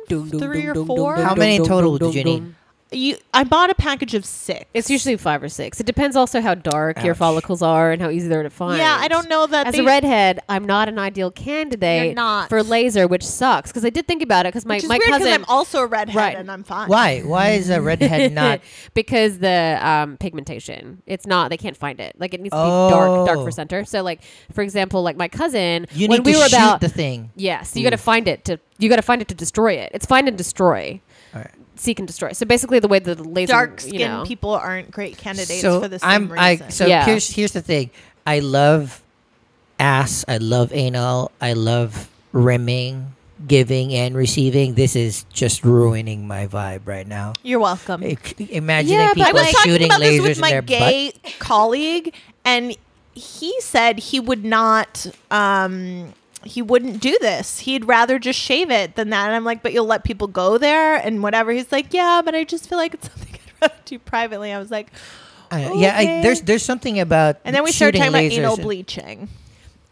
Speaker 3: Done three or four.
Speaker 6: How many total did you need?
Speaker 3: you, I bought a package of six.
Speaker 1: It's usually five or six. It depends also how dark your
Speaker 6: Ouch.
Speaker 1: follicles are and how easy they're to find.
Speaker 3: yeah. I don't know that
Speaker 1: As
Speaker 3: they,
Speaker 1: a redhead, I'm not an ideal candidate
Speaker 3: You're not.
Speaker 1: for laser, which sucks because I did think about it because my,
Speaker 3: which is
Speaker 1: my
Speaker 3: weird 'cause
Speaker 1: cousin
Speaker 3: I'm also a redhead
Speaker 1: Right.
Speaker 3: and I'm fine.
Speaker 6: Why? Why is a redhead not?
Speaker 1: because the um, pigmentation it's not they can't find it like it needs to be dark dark
Speaker 6: Oh.
Speaker 1: for center so like for example like my cousin
Speaker 6: You
Speaker 1: when
Speaker 6: need
Speaker 1: we
Speaker 6: to
Speaker 1: were
Speaker 6: shoot
Speaker 1: about
Speaker 6: the thing.
Speaker 1: yes
Speaker 6: Hmm.
Speaker 1: you got to find it to you got to find it to destroy it it's find and destroy
Speaker 6: All right.
Speaker 1: seek and destroy so basically the way the laser
Speaker 3: Dark skinned
Speaker 1: you know,
Speaker 3: people aren't great candidates
Speaker 6: so
Speaker 3: for the same
Speaker 6: I'm.
Speaker 3: reason.
Speaker 6: I so
Speaker 1: Yeah.
Speaker 6: here's here's the thing. I love ass. I love anal. I love rimming, giving and receiving. This is just ruining my vibe right now.
Speaker 3: you're welcome.
Speaker 6: I- Imagining
Speaker 1: Yeah, but
Speaker 6: people
Speaker 3: I was talking
Speaker 6: shooting
Speaker 3: about
Speaker 6: lasers
Speaker 3: this with
Speaker 6: in
Speaker 3: my
Speaker 6: their
Speaker 3: gay colleague, and he said he would not. Um, he wouldn't do this. He'd rather just shave it than that. And I'm like, but you'll let people go there and whatever. He's like, yeah, but I just feel like it's something I'd rather do privately. I was like,
Speaker 6: butt. I- Yeah, I, there's
Speaker 3: Okay.
Speaker 6: there's something about
Speaker 3: and then we started
Speaker 6: shooting
Speaker 3: talking about
Speaker 6: lasers
Speaker 3: anal
Speaker 6: and-
Speaker 3: bleaching.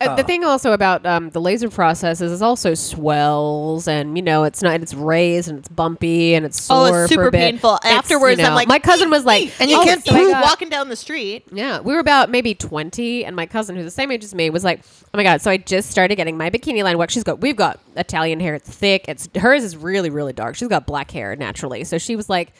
Speaker 1: Uh,
Speaker 6: Oh.
Speaker 1: the thing also about um, the laser process is it also swells and you know it's not it's raised and it's bumpy and it's
Speaker 3: Oh,
Speaker 1: sore
Speaker 3: it's
Speaker 1: for
Speaker 3: super
Speaker 1: a bit.
Speaker 3: painful.
Speaker 1: It's, you
Speaker 3: Afterwards, I'm
Speaker 1: know,
Speaker 3: like,
Speaker 1: my cousin was like
Speaker 6: And you
Speaker 1: "Oh,
Speaker 6: can't
Speaker 1: my
Speaker 3: prove
Speaker 1: God."
Speaker 3: walking down the street.
Speaker 1: Yeah, we were about maybe 20, and my cousin, who's the same age as me, was like, "Oh my god!" So I just started getting my bikini line work. She's got we've got Italian hair; it's thick. It's hers is really really dark. She's got black hair naturally, so she was like,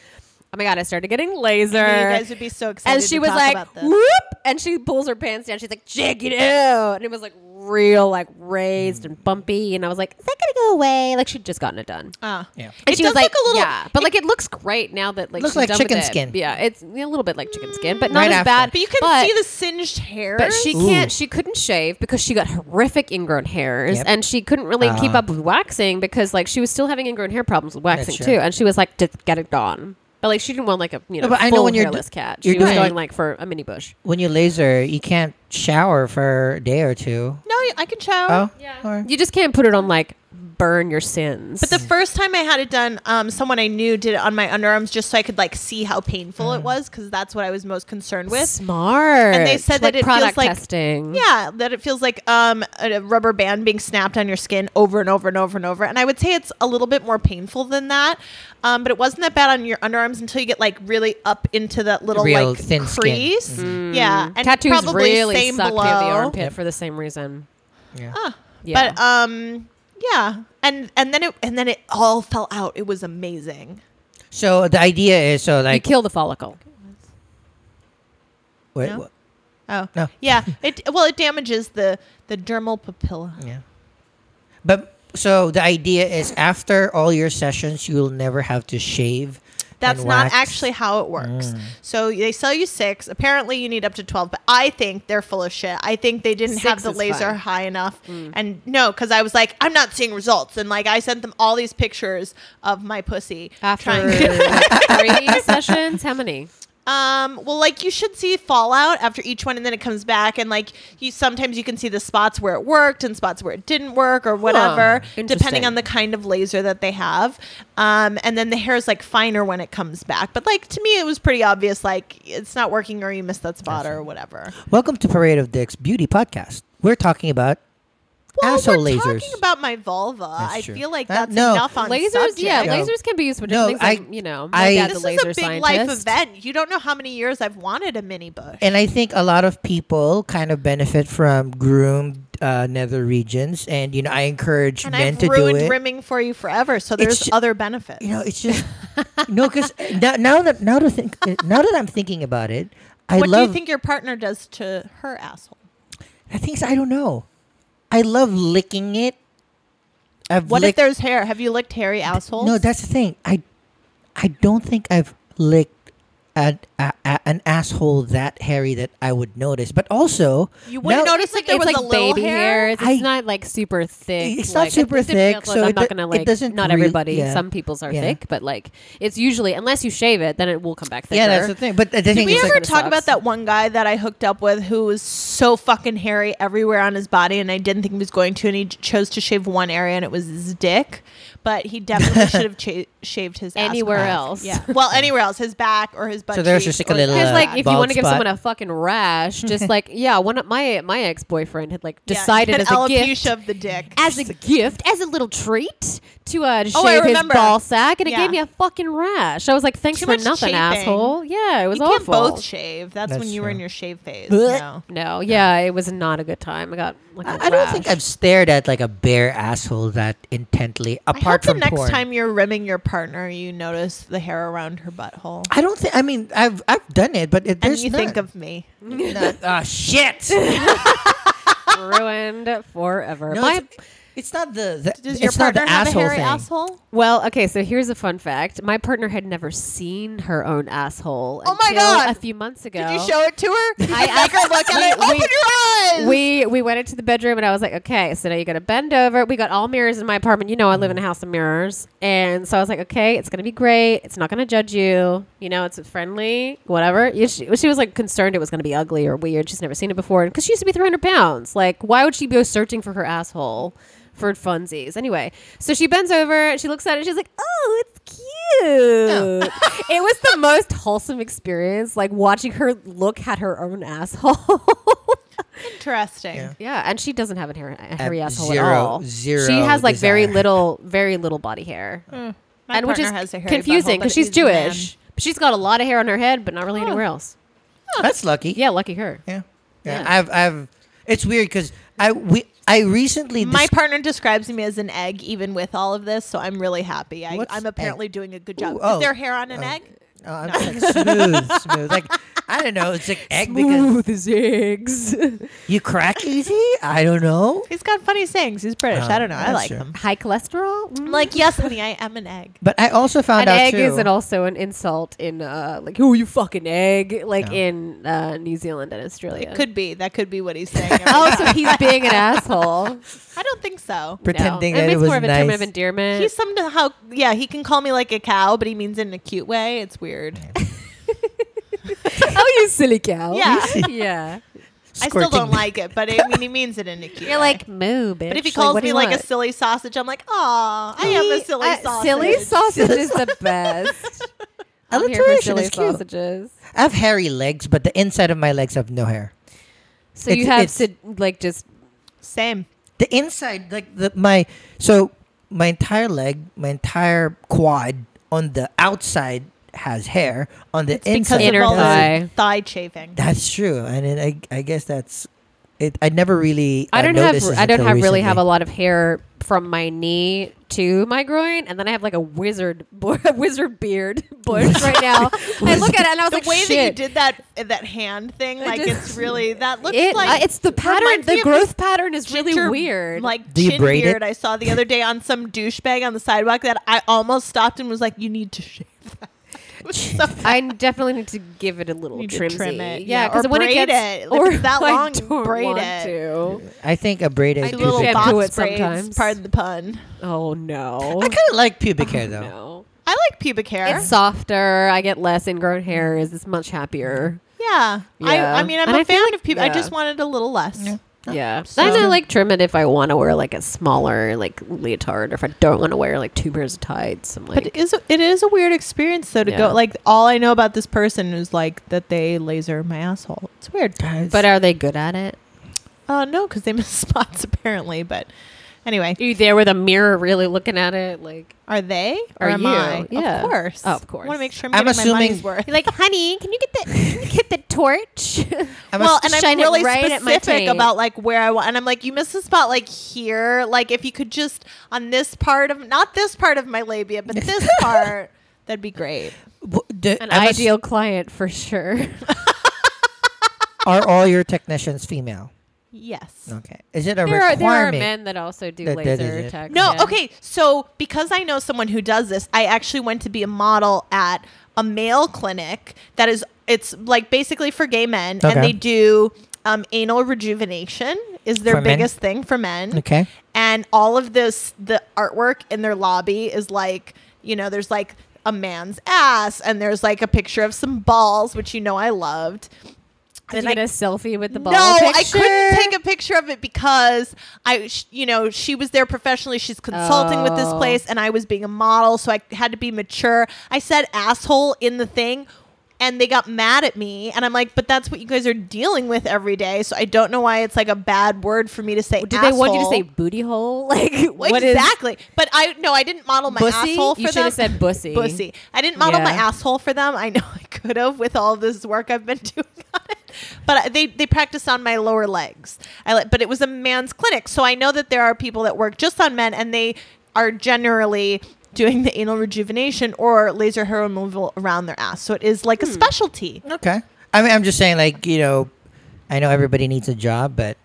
Speaker 1: "Oh my god!" I started getting laser.
Speaker 3: You guys would be so excited.
Speaker 1: and she
Speaker 3: to
Speaker 1: was
Speaker 3: talk
Speaker 1: like,
Speaker 3: about this.
Speaker 1: "Whoop!" And she pulls her pants down. She's like, "Check it out!" And it was like real, like raised and bumpy. And I was like, "Is that gonna go away?" Like she'd just gotten it done.
Speaker 3: Ah.
Speaker 6: Yeah.
Speaker 1: And
Speaker 3: It
Speaker 1: she was
Speaker 3: does look
Speaker 1: like,
Speaker 3: a little-
Speaker 1: yeah, but like it looks great now that like
Speaker 6: Looks
Speaker 1: she's
Speaker 6: like
Speaker 1: done
Speaker 6: chicken
Speaker 1: with it.
Speaker 6: skin.
Speaker 1: Yeah, it's a little bit like chicken skin, but not
Speaker 6: Right
Speaker 1: as
Speaker 6: after.
Speaker 1: bad.
Speaker 3: But you can
Speaker 1: But-
Speaker 3: see the singed hair.
Speaker 1: but she can't. She couldn't shave because she got horrific ingrown hairs,
Speaker 6: Yep.
Speaker 1: and she couldn't really keep
Speaker 3: Uh-huh.
Speaker 6: Ah.
Speaker 1: up with waxing because like she was still having ingrown hair problems with waxing
Speaker 6: sure.
Speaker 1: too, and she was like, "Just get it done." But like she didn't want like a you know
Speaker 6: No, but I know
Speaker 1: full
Speaker 6: when you're do-
Speaker 1: hairless cat.
Speaker 6: you're
Speaker 1: She was
Speaker 6: doing-
Speaker 1: going like for a mini bush.
Speaker 6: When you laser, you can't shower for a day or two.
Speaker 3: No, I can shower.
Speaker 6: Oh, yeah.
Speaker 1: You just can't put it on like burn your sins.
Speaker 3: But the first time I had it done, um, someone I knew did it on my underarms just so I could like see how painful
Speaker 1: Mm.
Speaker 3: it was because that's what I was most concerned with.
Speaker 1: smart.
Speaker 3: And they said
Speaker 1: Like
Speaker 3: that it
Speaker 1: product
Speaker 3: feels like-
Speaker 1: testing.
Speaker 3: Yeah, that it feels like um, a rubber band being snapped on your skin over and over and over and over. And I would say it's a little bit more painful than that, um, but it wasn't that bad on your underarms until you get like really up into that little
Speaker 6: Real
Speaker 3: like
Speaker 6: thin skin.
Speaker 3: crease. Yeah, and
Speaker 1: Mm. Mm-hmm. tattoos
Speaker 3: probably
Speaker 1: really
Speaker 3: same
Speaker 1: suck
Speaker 3: below.
Speaker 1: near the armpit for the same reason.
Speaker 3: Ah,
Speaker 1: Yeah.
Speaker 3: But um, yeah, and and then it and then it all fell out. It was amazing.
Speaker 6: So the idea is so
Speaker 1: you
Speaker 6: like
Speaker 1: kill the follicle.
Speaker 6: wait,
Speaker 3: No?
Speaker 6: what-
Speaker 3: Oh
Speaker 6: No.
Speaker 3: yeah. It well, it damages the the dermal papilla.
Speaker 6: yeah. But so the idea is after all your sessions, you'll never have to shave.
Speaker 3: That's
Speaker 6: and
Speaker 3: not
Speaker 6: wax. Mm.
Speaker 3: actually how it works. So they sell you six. Apparently, you need up to twelve. But I think they're full of shit. I think they didn't
Speaker 1: Six
Speaker 3: have the
Speaker 1: is
Speaker 3: laser
Speaker 1: fine. Mm.
Speaker 3: high enough. And no, because I was like, I'm not seeing results. And like, I sent them all these pictures of my pussy
Speaker 1: After
Speaker 3: trying to
Speaker 1: three sessions, how many?
Speaker 3: Um, well, like you should see fallout after each one, and then it comes back, and like you sometimes you can see the spots where it worked and spots where it didn't work or whatever, depending
Speaker 1: Interesting.
Speaker 3: on the kind of laser that they have. Um, and then the hair is like finer when it comes back, but like to me, it was pretty obvious. Like it's not working, or you missed that spot, or whatever.
Speaker 6: Welcome to Parade of Dicks Beauty Podcast. We're talking about
Speaker 3: Well,
Speaker 6: Asshole
Speaker 3: we're
Speaker 6: lasers.
Speaker 3: talking about my vulva.
Speaker 6: That's
Speaker 3: I
Speaker 6: true.
Speaker 3: feel like
Speaker 6: That-
Speaker 3: that's
Speaker 6: no.
Speaker 3: enough on
Speaker 1: lasers,
Speaker 3: Subject.
Speaker 1: yeah,
Speaker 6: No.
Speaker 1: lasers can be used for
Speaker 6: No,
Speaker 1: different things.
Speaker 6: I-
Speaker 1: like, you know, my
Speaker 6: I-
Speaker 1: dad's
Speaker 3: This
Speaker 1: a
Speaker 3: is
Speaker 1: laser
Speaker 3: a big
Speaker 1: scientist.
Speaker 3: life event. You don't know how many years I've wanted a mini bush.
Speaker 6: And I think a lot of people kind of benefit from groomed uh, nether regions, and you know I encourage
Speaker 3: and
Speaker 6: men
Speaker 3: I've
Speaker 6: to do
Speaker 3: ruined
Speaker 6: it.
Speaker 3: rimming for you forever. So there's
Speaker 6: ju-
Speaker 3: other benefits.
Speaker 6: you know, it's just no, because now, now that now to think eh, now that I'm thinking about it, I
Speaker 3: what do
Speaker 6: love.
Speaker 3: you think your partner does to her asshole?
Speaker 6: I think I don't know. I love licking it. I've
Speaker 3: What if
Speaker 6: licked-
Speaker 3: there's hair? Have you licked hairy assholes?
Speaker 6: No, that's the thing. I I don't think I've licked an, a, a, an asshole that hairy that I would notice. But also,
Speaker 3: you wouldn't
Speaker 6: now-
Speaker 3: notice like there
Speaker 1: it's
Speaker 3: was
Speaker 1: like
Speaker 3: a little
Speaker 1: baby hair.
Speaker 3: hair.
Speaker 1: It's,
Speaker 6: I-
Speaker 1: not like super thick.
Speaker 6: It's
Speaker 1: like,
Speaker 6: not super
Speaker 1: it's a
Speaker 6: thick,
Speaker 1: close.
Speaker 6: so
Speaker 1: I'm
Speaker 6: it
Speaker 1: not
Speaker 6: do-
Speaker 1: gonna
Speaker 6: it
Speaker 1: like.
Speaker 6: doesn't
Speaker 1: not
Speaker 6: really-
Speaker 1: everybody.
Speaker 6: yeah.
Speaker 1: Some people's are
Speaker 6: Yeah.
Speaker 1: thick, but like it's usually unless you shave it, then it will come back thicker.
Speaker 6: yeah, that's the thing. But the thing
Speaker 3: Did we
Speaker 6: is,
Speaker 3: ever
Speaker 6: like,
Speaker 1: kinda
Speaker 3: talk
Speaker 1: sucks.
Speaker 3: about that one guy that I hooked up with who was so fucking hairy everywhere on his body and I didn't think he was going to and he j- chose to shave one area and it was his dick, but he definitely should have cha- shaved his ass
Speaker 1: Anywhere
Speaker 3: crack.
Speaker 1: else.
Speaker 3: Yeah. Well, anywhere else, his back or his butt.
Speaker 6: So there's
Speaker 3: cheek
Speaker 6: just, like, a
Speaker 3: or-
Speaker 6: little,
Speaker 1: Because
Speaker 6: uh,
Speaker 1: like if you
Speaker 6: bald
Speaker 1: want to give
Speaker 6: spot.
Speaker 1: someone a fucking rash, just like yeah, one of my my ex boyfriend had like
Speaker 3: Yeah,
Speaker 1: decided
Speaker 3: an
Speaker 1: as a
Speaker 3: alopecia
Speaker 1: gift
Speaker 3: of the dick.
Speaker 1: as a gift, as a little treat to uh, to
Speaker 3: Oh, I
Speaker 1: shave his
Speaker 3: remember.
Speaker 1: ball sack, and it
Speaker 3: Yeah.
Speaker 1: gave me a fucking rash. I was like, thanks
Speaker 3: Too
Speaker 1: for
Speaker 3: much
Speaker 1: nothing,
Speaker 3: chafing.
Speaker 1: asshole. Yeah, it was
Speaker 3: you can't
Speaker 1: awful.
Speaker 3: both shave. That's, when
Speaker 6: That's
Speaker 3: you were
Speaker 6: true.
Speaker 3: in your shave phase.
Speaker 6: Blech.
Speaker 3: No.
Speaker 1: no, yeah, it was not a good time. I got like a
Speaker 6: I, I don't
Speaker 1: rash.
Speaker 6: think I've stared at like a bare asshole that intently.
Speaker 3: I hope
Speaker 6: Apart
Speaker 3: the
Speaker 6: from
Speaker 3: next
Speaker 6: porn.
Speaker 3: time you're rimming your partner, you notice the hair around her butthole,
Speaker 6: I don't think. I mean, I've I've done it, but it,
Speaker 3: and
Speaker 6: there's
Speaker 3: you think
Speaker 6: none.
Speaker 3: of me.
Speaker 6: None. Ah, shit.
Speaker 1: ruined forever.
Speaker 6: No,
Speaker 1: My-
Speaker 6: it's, it's not the, the
Speaker 3: Does
Speaker 6: it's
Speaker 3: your
Speaker 6: not
Speaker 3: partner
Speaker 6: the
Speaker 3: have a
Speaker 6: asshole
Speaker 3: hairy
Speaker 6: thing.
Speaker 3: asshole?
Speaker 1: well, okay, so here's a fun fact. My partner had never seen her own asshole.
Speaker 3: Oh my
Speaker 1: until
Speaker 3: God.
Speaker 1: A few months ago.
Speaker 3: Did you show it to her? Did you
Speaker 1: I
Speaker 3: make her look at it.
Speaker 1: we-
Speaker 3: Open your eyes.
Speaker 1: we we went into the bedroom and I was like, okay, so now you got to bend over. We got all mirrors in my apartment. You know, I live in a house of mirrors, and so I was like, okay, it's gonna be great. It's not gonna judge you. You know, it's friendly, whatever. You- She, she was like concerned it was gonna be ugly or weird. She's never seen it before because she used to be 300 pounds. Like, why would she go searching for her asshole? For funsies. Anyway, so she bends over, she looks at it, she's like, oh, it's cute. it was the most wholesome experience, like watching her look at her own asshole.
Speaker 3: Interesting.
Speaker 1: Yeah, and she doesn't have a hair, a hairy asshole at
Speaker 6: zero-
Speaker 1: all.
Speaker 6: zero
Speaker 1: She has like very
Speaker 6: desire.
Speaker 1: little, very little body hair,
Speaker 3: Mm, My
Speaker 1: and which
Speaker 3: partner
Speaker 1: is
Speaker 3: has a hairy
Speaker 1: confusing
Speaker 3: butthole,
Speaker 1: because
Speaker 3: but
Speaker 1: she's
Speaker 3: he's a man.
Speaker 1: Jewish. But she's got a lot of hair on her head, but not really anywhere else.
Speaker 6: That's lucky.
Speaker 1: Yeah, lucky her.
Speaker 6: Yeah. Yeah.
Speaker 1: Yeah.
Speaker 6: I've I've it's weird because I we I recently
Speaker 3: My
Speaker 6: dis-
Speaker 3: partner describes me as an egg, even with all of this, so I'm really happy. I,
Speaker 6: What's
Speaker 3: I'm apparently doing a good job.
Speaker 6: Ooh, oh.
Speaker 3: Is there hair on an egg?
Speaker 6: oh, I'm just like smooth, smooth. Like I don't know, it's like egg because
Speaker 1: as eggs.
Speaker 6: you crack easy? I don't know.
Speaker 3: He's got funny sayings. He's British.
Speaker 6: Oh,
Speaker 3: I don't know. I
Speaker 6: that's
Speaker 3: like
Speaker 6: true.
Speaker 3: him.
Speaker 1: High cholesterol. Mm.
Speaker 3: I'm like, yes, honey, I am an egg.
Speaker 6: But I also found
Speaker 1: an
Speaker 6: out
Speaker 1: egg
Speaker 6: too.
Speaker 1: is an also an insult in uh, like who you fucking egg like
Speaker 6: Yeah.
Speaker 1: in uh, New Zealand and Australia.
Speaker 3: It could be. That could be what he's saying.
Speaker 1: oh, so he's being an asshole.
Speaker 3: I don't think so.
Speaker 6: pretending
Speaker 1: no.
Speaker 6: that
Speaker 1: it
Speaker 6: it
Speaker 1: makes
Speaker 6: was
Speaker 1: more of a term
Speaker 6: nice.
Speaker 1: of endearment.
Speaker 3: He's somehow, yeah, he can call me like a cow, but he means it in a cute way. It's weird.
Speaker 1: oh, you silly cow.
Speaker 3: Yeah.
Speaker 1: yeah.
Speaker 3: I still
Speaker 6: Squirting.
Speaker 3: don't like it, but I mean, he means it in a cute
Speaker 1: You're
Speaker 3: way.
Speaker 1: like moo, bitch.
Speaker 3: but if he calls
Speaker 1: what do
Speaker 3: me
Speaker 1: you
Speaker 3: like
Speaker 1: want?
Speaker 3: a silly sausage, I'm like, oh, I am a silly
Speaker 1: Uh,
Speaker 3: sausage.
Speaker 1: Silly sausage is the best. I'm here for
Speaker 6: Alliteration
Speaker 1: silly
Speaker 6: is cute.
Speaker 1: sausages.
Speaker 6: I have hairy legs, but the inside of my legs have no hair.
Speaker 1: So
Speaker 6: It's-
Speaker 1: you have
Speaker 6: it's-
Speaker 1: to like just
Speaker 3: Same.
Speaker 6: The inside, like the my so my entire leg, my entire quad on the outside has hair. On the
Speaker 3: Because
Speaker 6: inside,
Speaker 3: of
Speaker 1: Inner
Speaker 3: all the
Speaker 1: thigh.
Speaker 3: thigh shaving.
Speaker 6: That's true, and it, I I guess that's it. I never really.
Speaker 1: I
Speaker 6: uh,
Speaker 1: don't have
Speaker 6: noticed this
Speaker 1: I don't
Speaker 6: until
Speaker 1: have really have a
Speaker 6: recently.
Speaker 1: lot of hair from my knee to my groin, and then I have like a wizard bo- wizard beard bush right now. I look at it and I was
Speaker 3: The
Speaker 1: like,
Speaker 3: way
Speaker 1: shit.
Speaker 3: that you did that that hand thing,
Speaker 1: I
Speaker 3: like
Speaker 1: just-
Speaker 3: it's really that looks
Speaker 1: it,
Speaker 3: like
Speaker 1: uh, it's the pattern.
Speaker 3: reminds me
Speaker 1: The
Speaker 3: of
Speaker 1: growth pattern is
Speaker 3: this
Speaker 1: really
Speaker 3: ginger,
Speaker 1: weird.
Speaker 3: Like
Speaker 6: Do you
Speaker 3: chin
Speaker 6: braid
Speaker 3: beard,
Speaker 6: it?
Speaker 3: I saw the other day on some douchebag on the sidewalk that I almost stopped and was like, "You need to shave." That. It was so
Speaker 1: I definitely need to give it a little
Speaker 3: Need to
Speaker 1: trimsy.
Speaker 3: trim it,
Speaker 1: yeah,
Speaker 3: yeah,
Speaker 1: because
Speaker 3: or
Speaker 1: when it
Speaker 3: braid
Speaker 1: gets
Speaker 3: it. If
Speaker 1: or
Speaker 3: it's that
Speaker 1: I
Speaker 3: long,
Speaker 1: don't
Speaker 3: braid
Speaker 1: want
Speaker 3: it.
Speaker 1: to.
Speaker 6: I think a braid is
Speaker 1: do
Speaker 3: Two
Speaker 6: pubic
Speaker 3: little
Speaker 1: shampoo
Speaker 6: hair.
Speaker 3: box
Speaker 1: it
Speaker 3: braids,
Speaker 1: sometimes.
Speaker 3: Pardon the pun.
Speaker 1: Oh no,
Speaker 6: I kind of like pubic hair though.
Speaker 1: no.
Speaker 3: I like pubic hair.
Speaker 1: It's softer. I get less ingrown hair. Is this much happier?
Speaker 3: yeah.
Speaker 1: Yeah.
Speaker 3: I, I mean, I'm
Speaker 1: And
Speaker 3: a
Speaker 1: I feel
Speaker 3: fan
Speaker 1: like-
Speaker 3: of pubic. I
Speaker 1: yeah.
Speaker 3: just wanted a little less.
Speaker 1: Yeah.
Speaker 3: so-
Speaker 1: And I like trim it if I want to wear like a smaller like leotard, or if I don't want to wear like two pairs of tights. I'm
Speaker 3: But
Speaker 1: like,
Speaker 3: it is it is a weird experience though to
Speaker 1: Yeah.
Speaker 3: go like all I know about this person is like that they laser my asshole. It's weird.
Speaker 1: but uh, are they good at it?
Speaker 3: Uh, no, because they miss spots apparently. But anyway,
Speaker 1: Are you there with a mirror, really looking at it? Like,
Speaker 3: are they? Or
Speaker 1: Are
Speaker 3: am
Speaker 1: you?
Speaker 3: I?
Speaker 1: Yeah.
Speaker 3: Of course.
Speaker 1: Oh, of course.
Speaker 3: want to make sure I'm,
Speaker 6: I'm
Speaker 3: getting my money's
Speaker 6: assuming-
Speaker 3: worth.
Speaker 1: like, honey, can you get the can you get the torch?
Speaker 6: I'm
Speaker 3: well,
Speaker 6: ass-
Speaker 3: and I'm
Speaker 1: shine it
Speaker 3: really
Speaker 1: right at my
Speaker 3: specific
Speaker 1: face.
Speaker 3: about like where I want, and I'm like, you missed the spot like here. Like if you could just on this part of not this part of my labia, but this part, that'd be great.
Speaker 6: w- do-
Speaker 1: An
Speaker 6: I'm ass-
Speaker 1: ideal client for sure.
Speaker 6: are all your technicians female?
Speaker 3: Yes.
Speaker 6: Okay. Is it a
Speaker 1: there are
Speaker 6: requirement?
Speaker 1: there are men that also do
Speaker 6: That- that is
Speaker 1: laser
Speaker 6: it.
Speaker 1: tech.
Speaker 3: No,
Speaker 1: yeah.
Speaker 3: okay. So because I know someone who does this, I actually went to be a model at a male clinic that is it's like basically for gay men
Speaker 6: Okay.
Speaker 3: and they do um, anal rejuvenation is their
Speaker 6: For men?
Speaker 3: biggest thing for men.
Speaker 6: Okay.
Speaker 3: And all of this the artwork in their lobby is like, you know, there's like a man's ass and there's like a picture of some balls, which you know I loved.
Speaker 1: Did
Speaker 3: And
Speaker 1: you
Speaker 3: I-
Speaker 1: get a selfie with the ball?
Speaker 3: no,
Speaker 1: picture?
Speaker 3: I couldn't take a picture of it because I, sh- you know, she was there professionally. She's consulting with this
Speaker 1: Oh.
Speaker 3: place, and I was being a model, so I had to be mature. I said asshole in the thing, and they got mad at me. And I'm like, but that's what you guys are dealing with every day, so I don't know why it's like a bad word for me to say.
Speaker 1: Did they want you to
Speaker 3: asshole.
Speaker 1: say booty hole? Like,
Speaker 3: Well,
Speaker 1: what is
Speaker 3: exactly? but I no, I didn't model my
Speaker 1: bussy?
Speaker 3: asshole for
Speaker 1: you should
Speaker 3: them.
Speaker 1: have said bussy.
Speaker 3: Bussy. I didn't model my
Speaker 1: Yeah.
Speaker 3: asshole for them. I know I could have with all this work I've been doing on it, but I- they they practiced on my lower legs. I let, but it was a man's clinic, so I know that there are people that work just on men, and they are generally doing the anal rejuvenation or laser hair removal around their ass. So it is like
Speaker 1: Hmm.
Speaker 3: a specialty.
Speaker 6: Okay. I mean, I'm just saying, like you know, I know everybody needs a job, but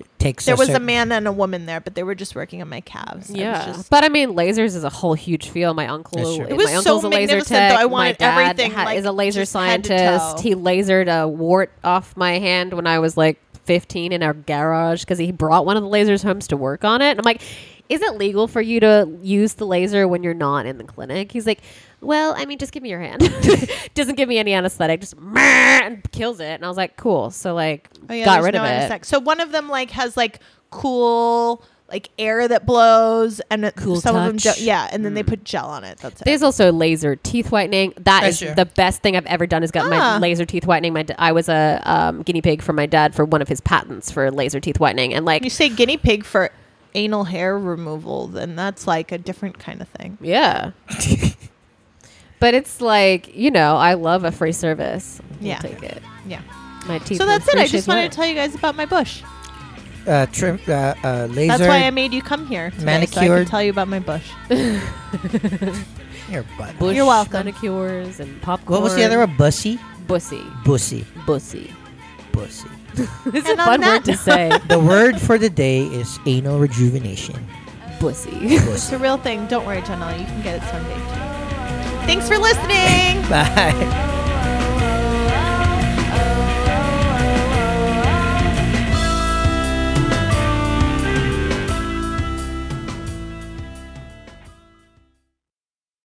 Speaker 6: it takes.
Speaker 3: There was a
Speaker 6: certain-
Speaker 3: man and a woman there, but they were just working on my calves. I was
Speaker 1: Yeah,
Speaker 3: just-
Speaker 1: but I mean, lasers is a whole huge field. My uncle,
Speaker 6: That's true. It
Speaker 1: my
Speaker 3: was so
Speaker 1: uncle's a laser
Speaker 3: magnificent,
Speaker 1: tech.
Speaker 3: though. I
Speaker 1: my
Speaker 3: wanted
Speaker 1: dad
Speaker 3: everything,
Speaker 1: ha-
Speaker 3: like,
Speaker 1: is a laser
Speaker 3: just head to
Speaker 1: scientist.
Speaker 3: toe.
Speaker 1: He lasered a wart off my hand when I was like 15 in our garage because he brought one of the lasers home to work on it. And I'm like, is it legal for you to use the laser when you're not in the clinic? He's like, well, I mean, just give me your hand. Doesn't give me any anesthetic. Just and kills it. And I was like, cool. So like,
Speaker 3: Oh, yeah,
Speaker 1: got
Speaker 3: there's
Speaker 1: rid
Speaker 3: no
Speaker 1: of it.
Speaker 3: anesthetic. So one of them like has like cool like air that blows and it-
Speaker 1: Cool
Speaker 3: some of them
Speaker 1: touch.
Speaker 3: do, yeah and then
Speaker 6: Mm.
Speaker 3: they put gel on it that's it
Speaker 1: There's also laser teeth whitening. That
Speaker 6: That's
Speaker 1: is
Speaker 6: true.
Speaker 1: the best thing I've ever done. Is got my
Speaker 3: Ah.
Speaker 1: laser teeth whitening. My d- I was a um, guinea pig for my dad for one of his patents for laser teeth whitening, and like
Speaker 3: you say guinea pig for anal hair removal then that's like a different kind of thing
Speaker 1: yeah. but it's like you know, I love a free service. I'll
Speaker 3: Yeah.
Speaker 1: take it.
Speaker 3: yeah
Speaker 1: My teeth.
Speaker 3: so
Speaker 1: were
Speaker 3: that's it i
Speaker 1: fresh
Speaker 3: just
Speaker 1: as
Speaker 3: wanted
Speaker 1: well.
Speaker 3: to tell you guys about my bush
Speaker 6: uh, trim, uh, uh, laser.
Speaker 3: that's why i made you come here today, so i can
Speaker 6: Manicured.
Speaker 3: tell you about my bush
Speaker 6: your butt.
Speaker 1: Bush
Speaker 3: You're welcome.
Speaker 1: Manicures and popcorn.
Speaker 6: What was the other one? Bussy,
Speaker 1: Bussy.
Speaker 6: bussy,
Speaker 1: Bussy.
Speaker 6: bussy.
Speaker 1: It's a
Speaker 3: And on
Speaker 1: fun
Speaker 3: that
Speaker 1: word to
Speaker 3: note-
Speaker 1: say.
Speaker 6: the word for the day is anal rejuvenation.
Speaker 1: Bussy.
Speaker 3: it's a real thing don't worry janelle you can get it someday too. thanks for listening
Speaker 6: Bye.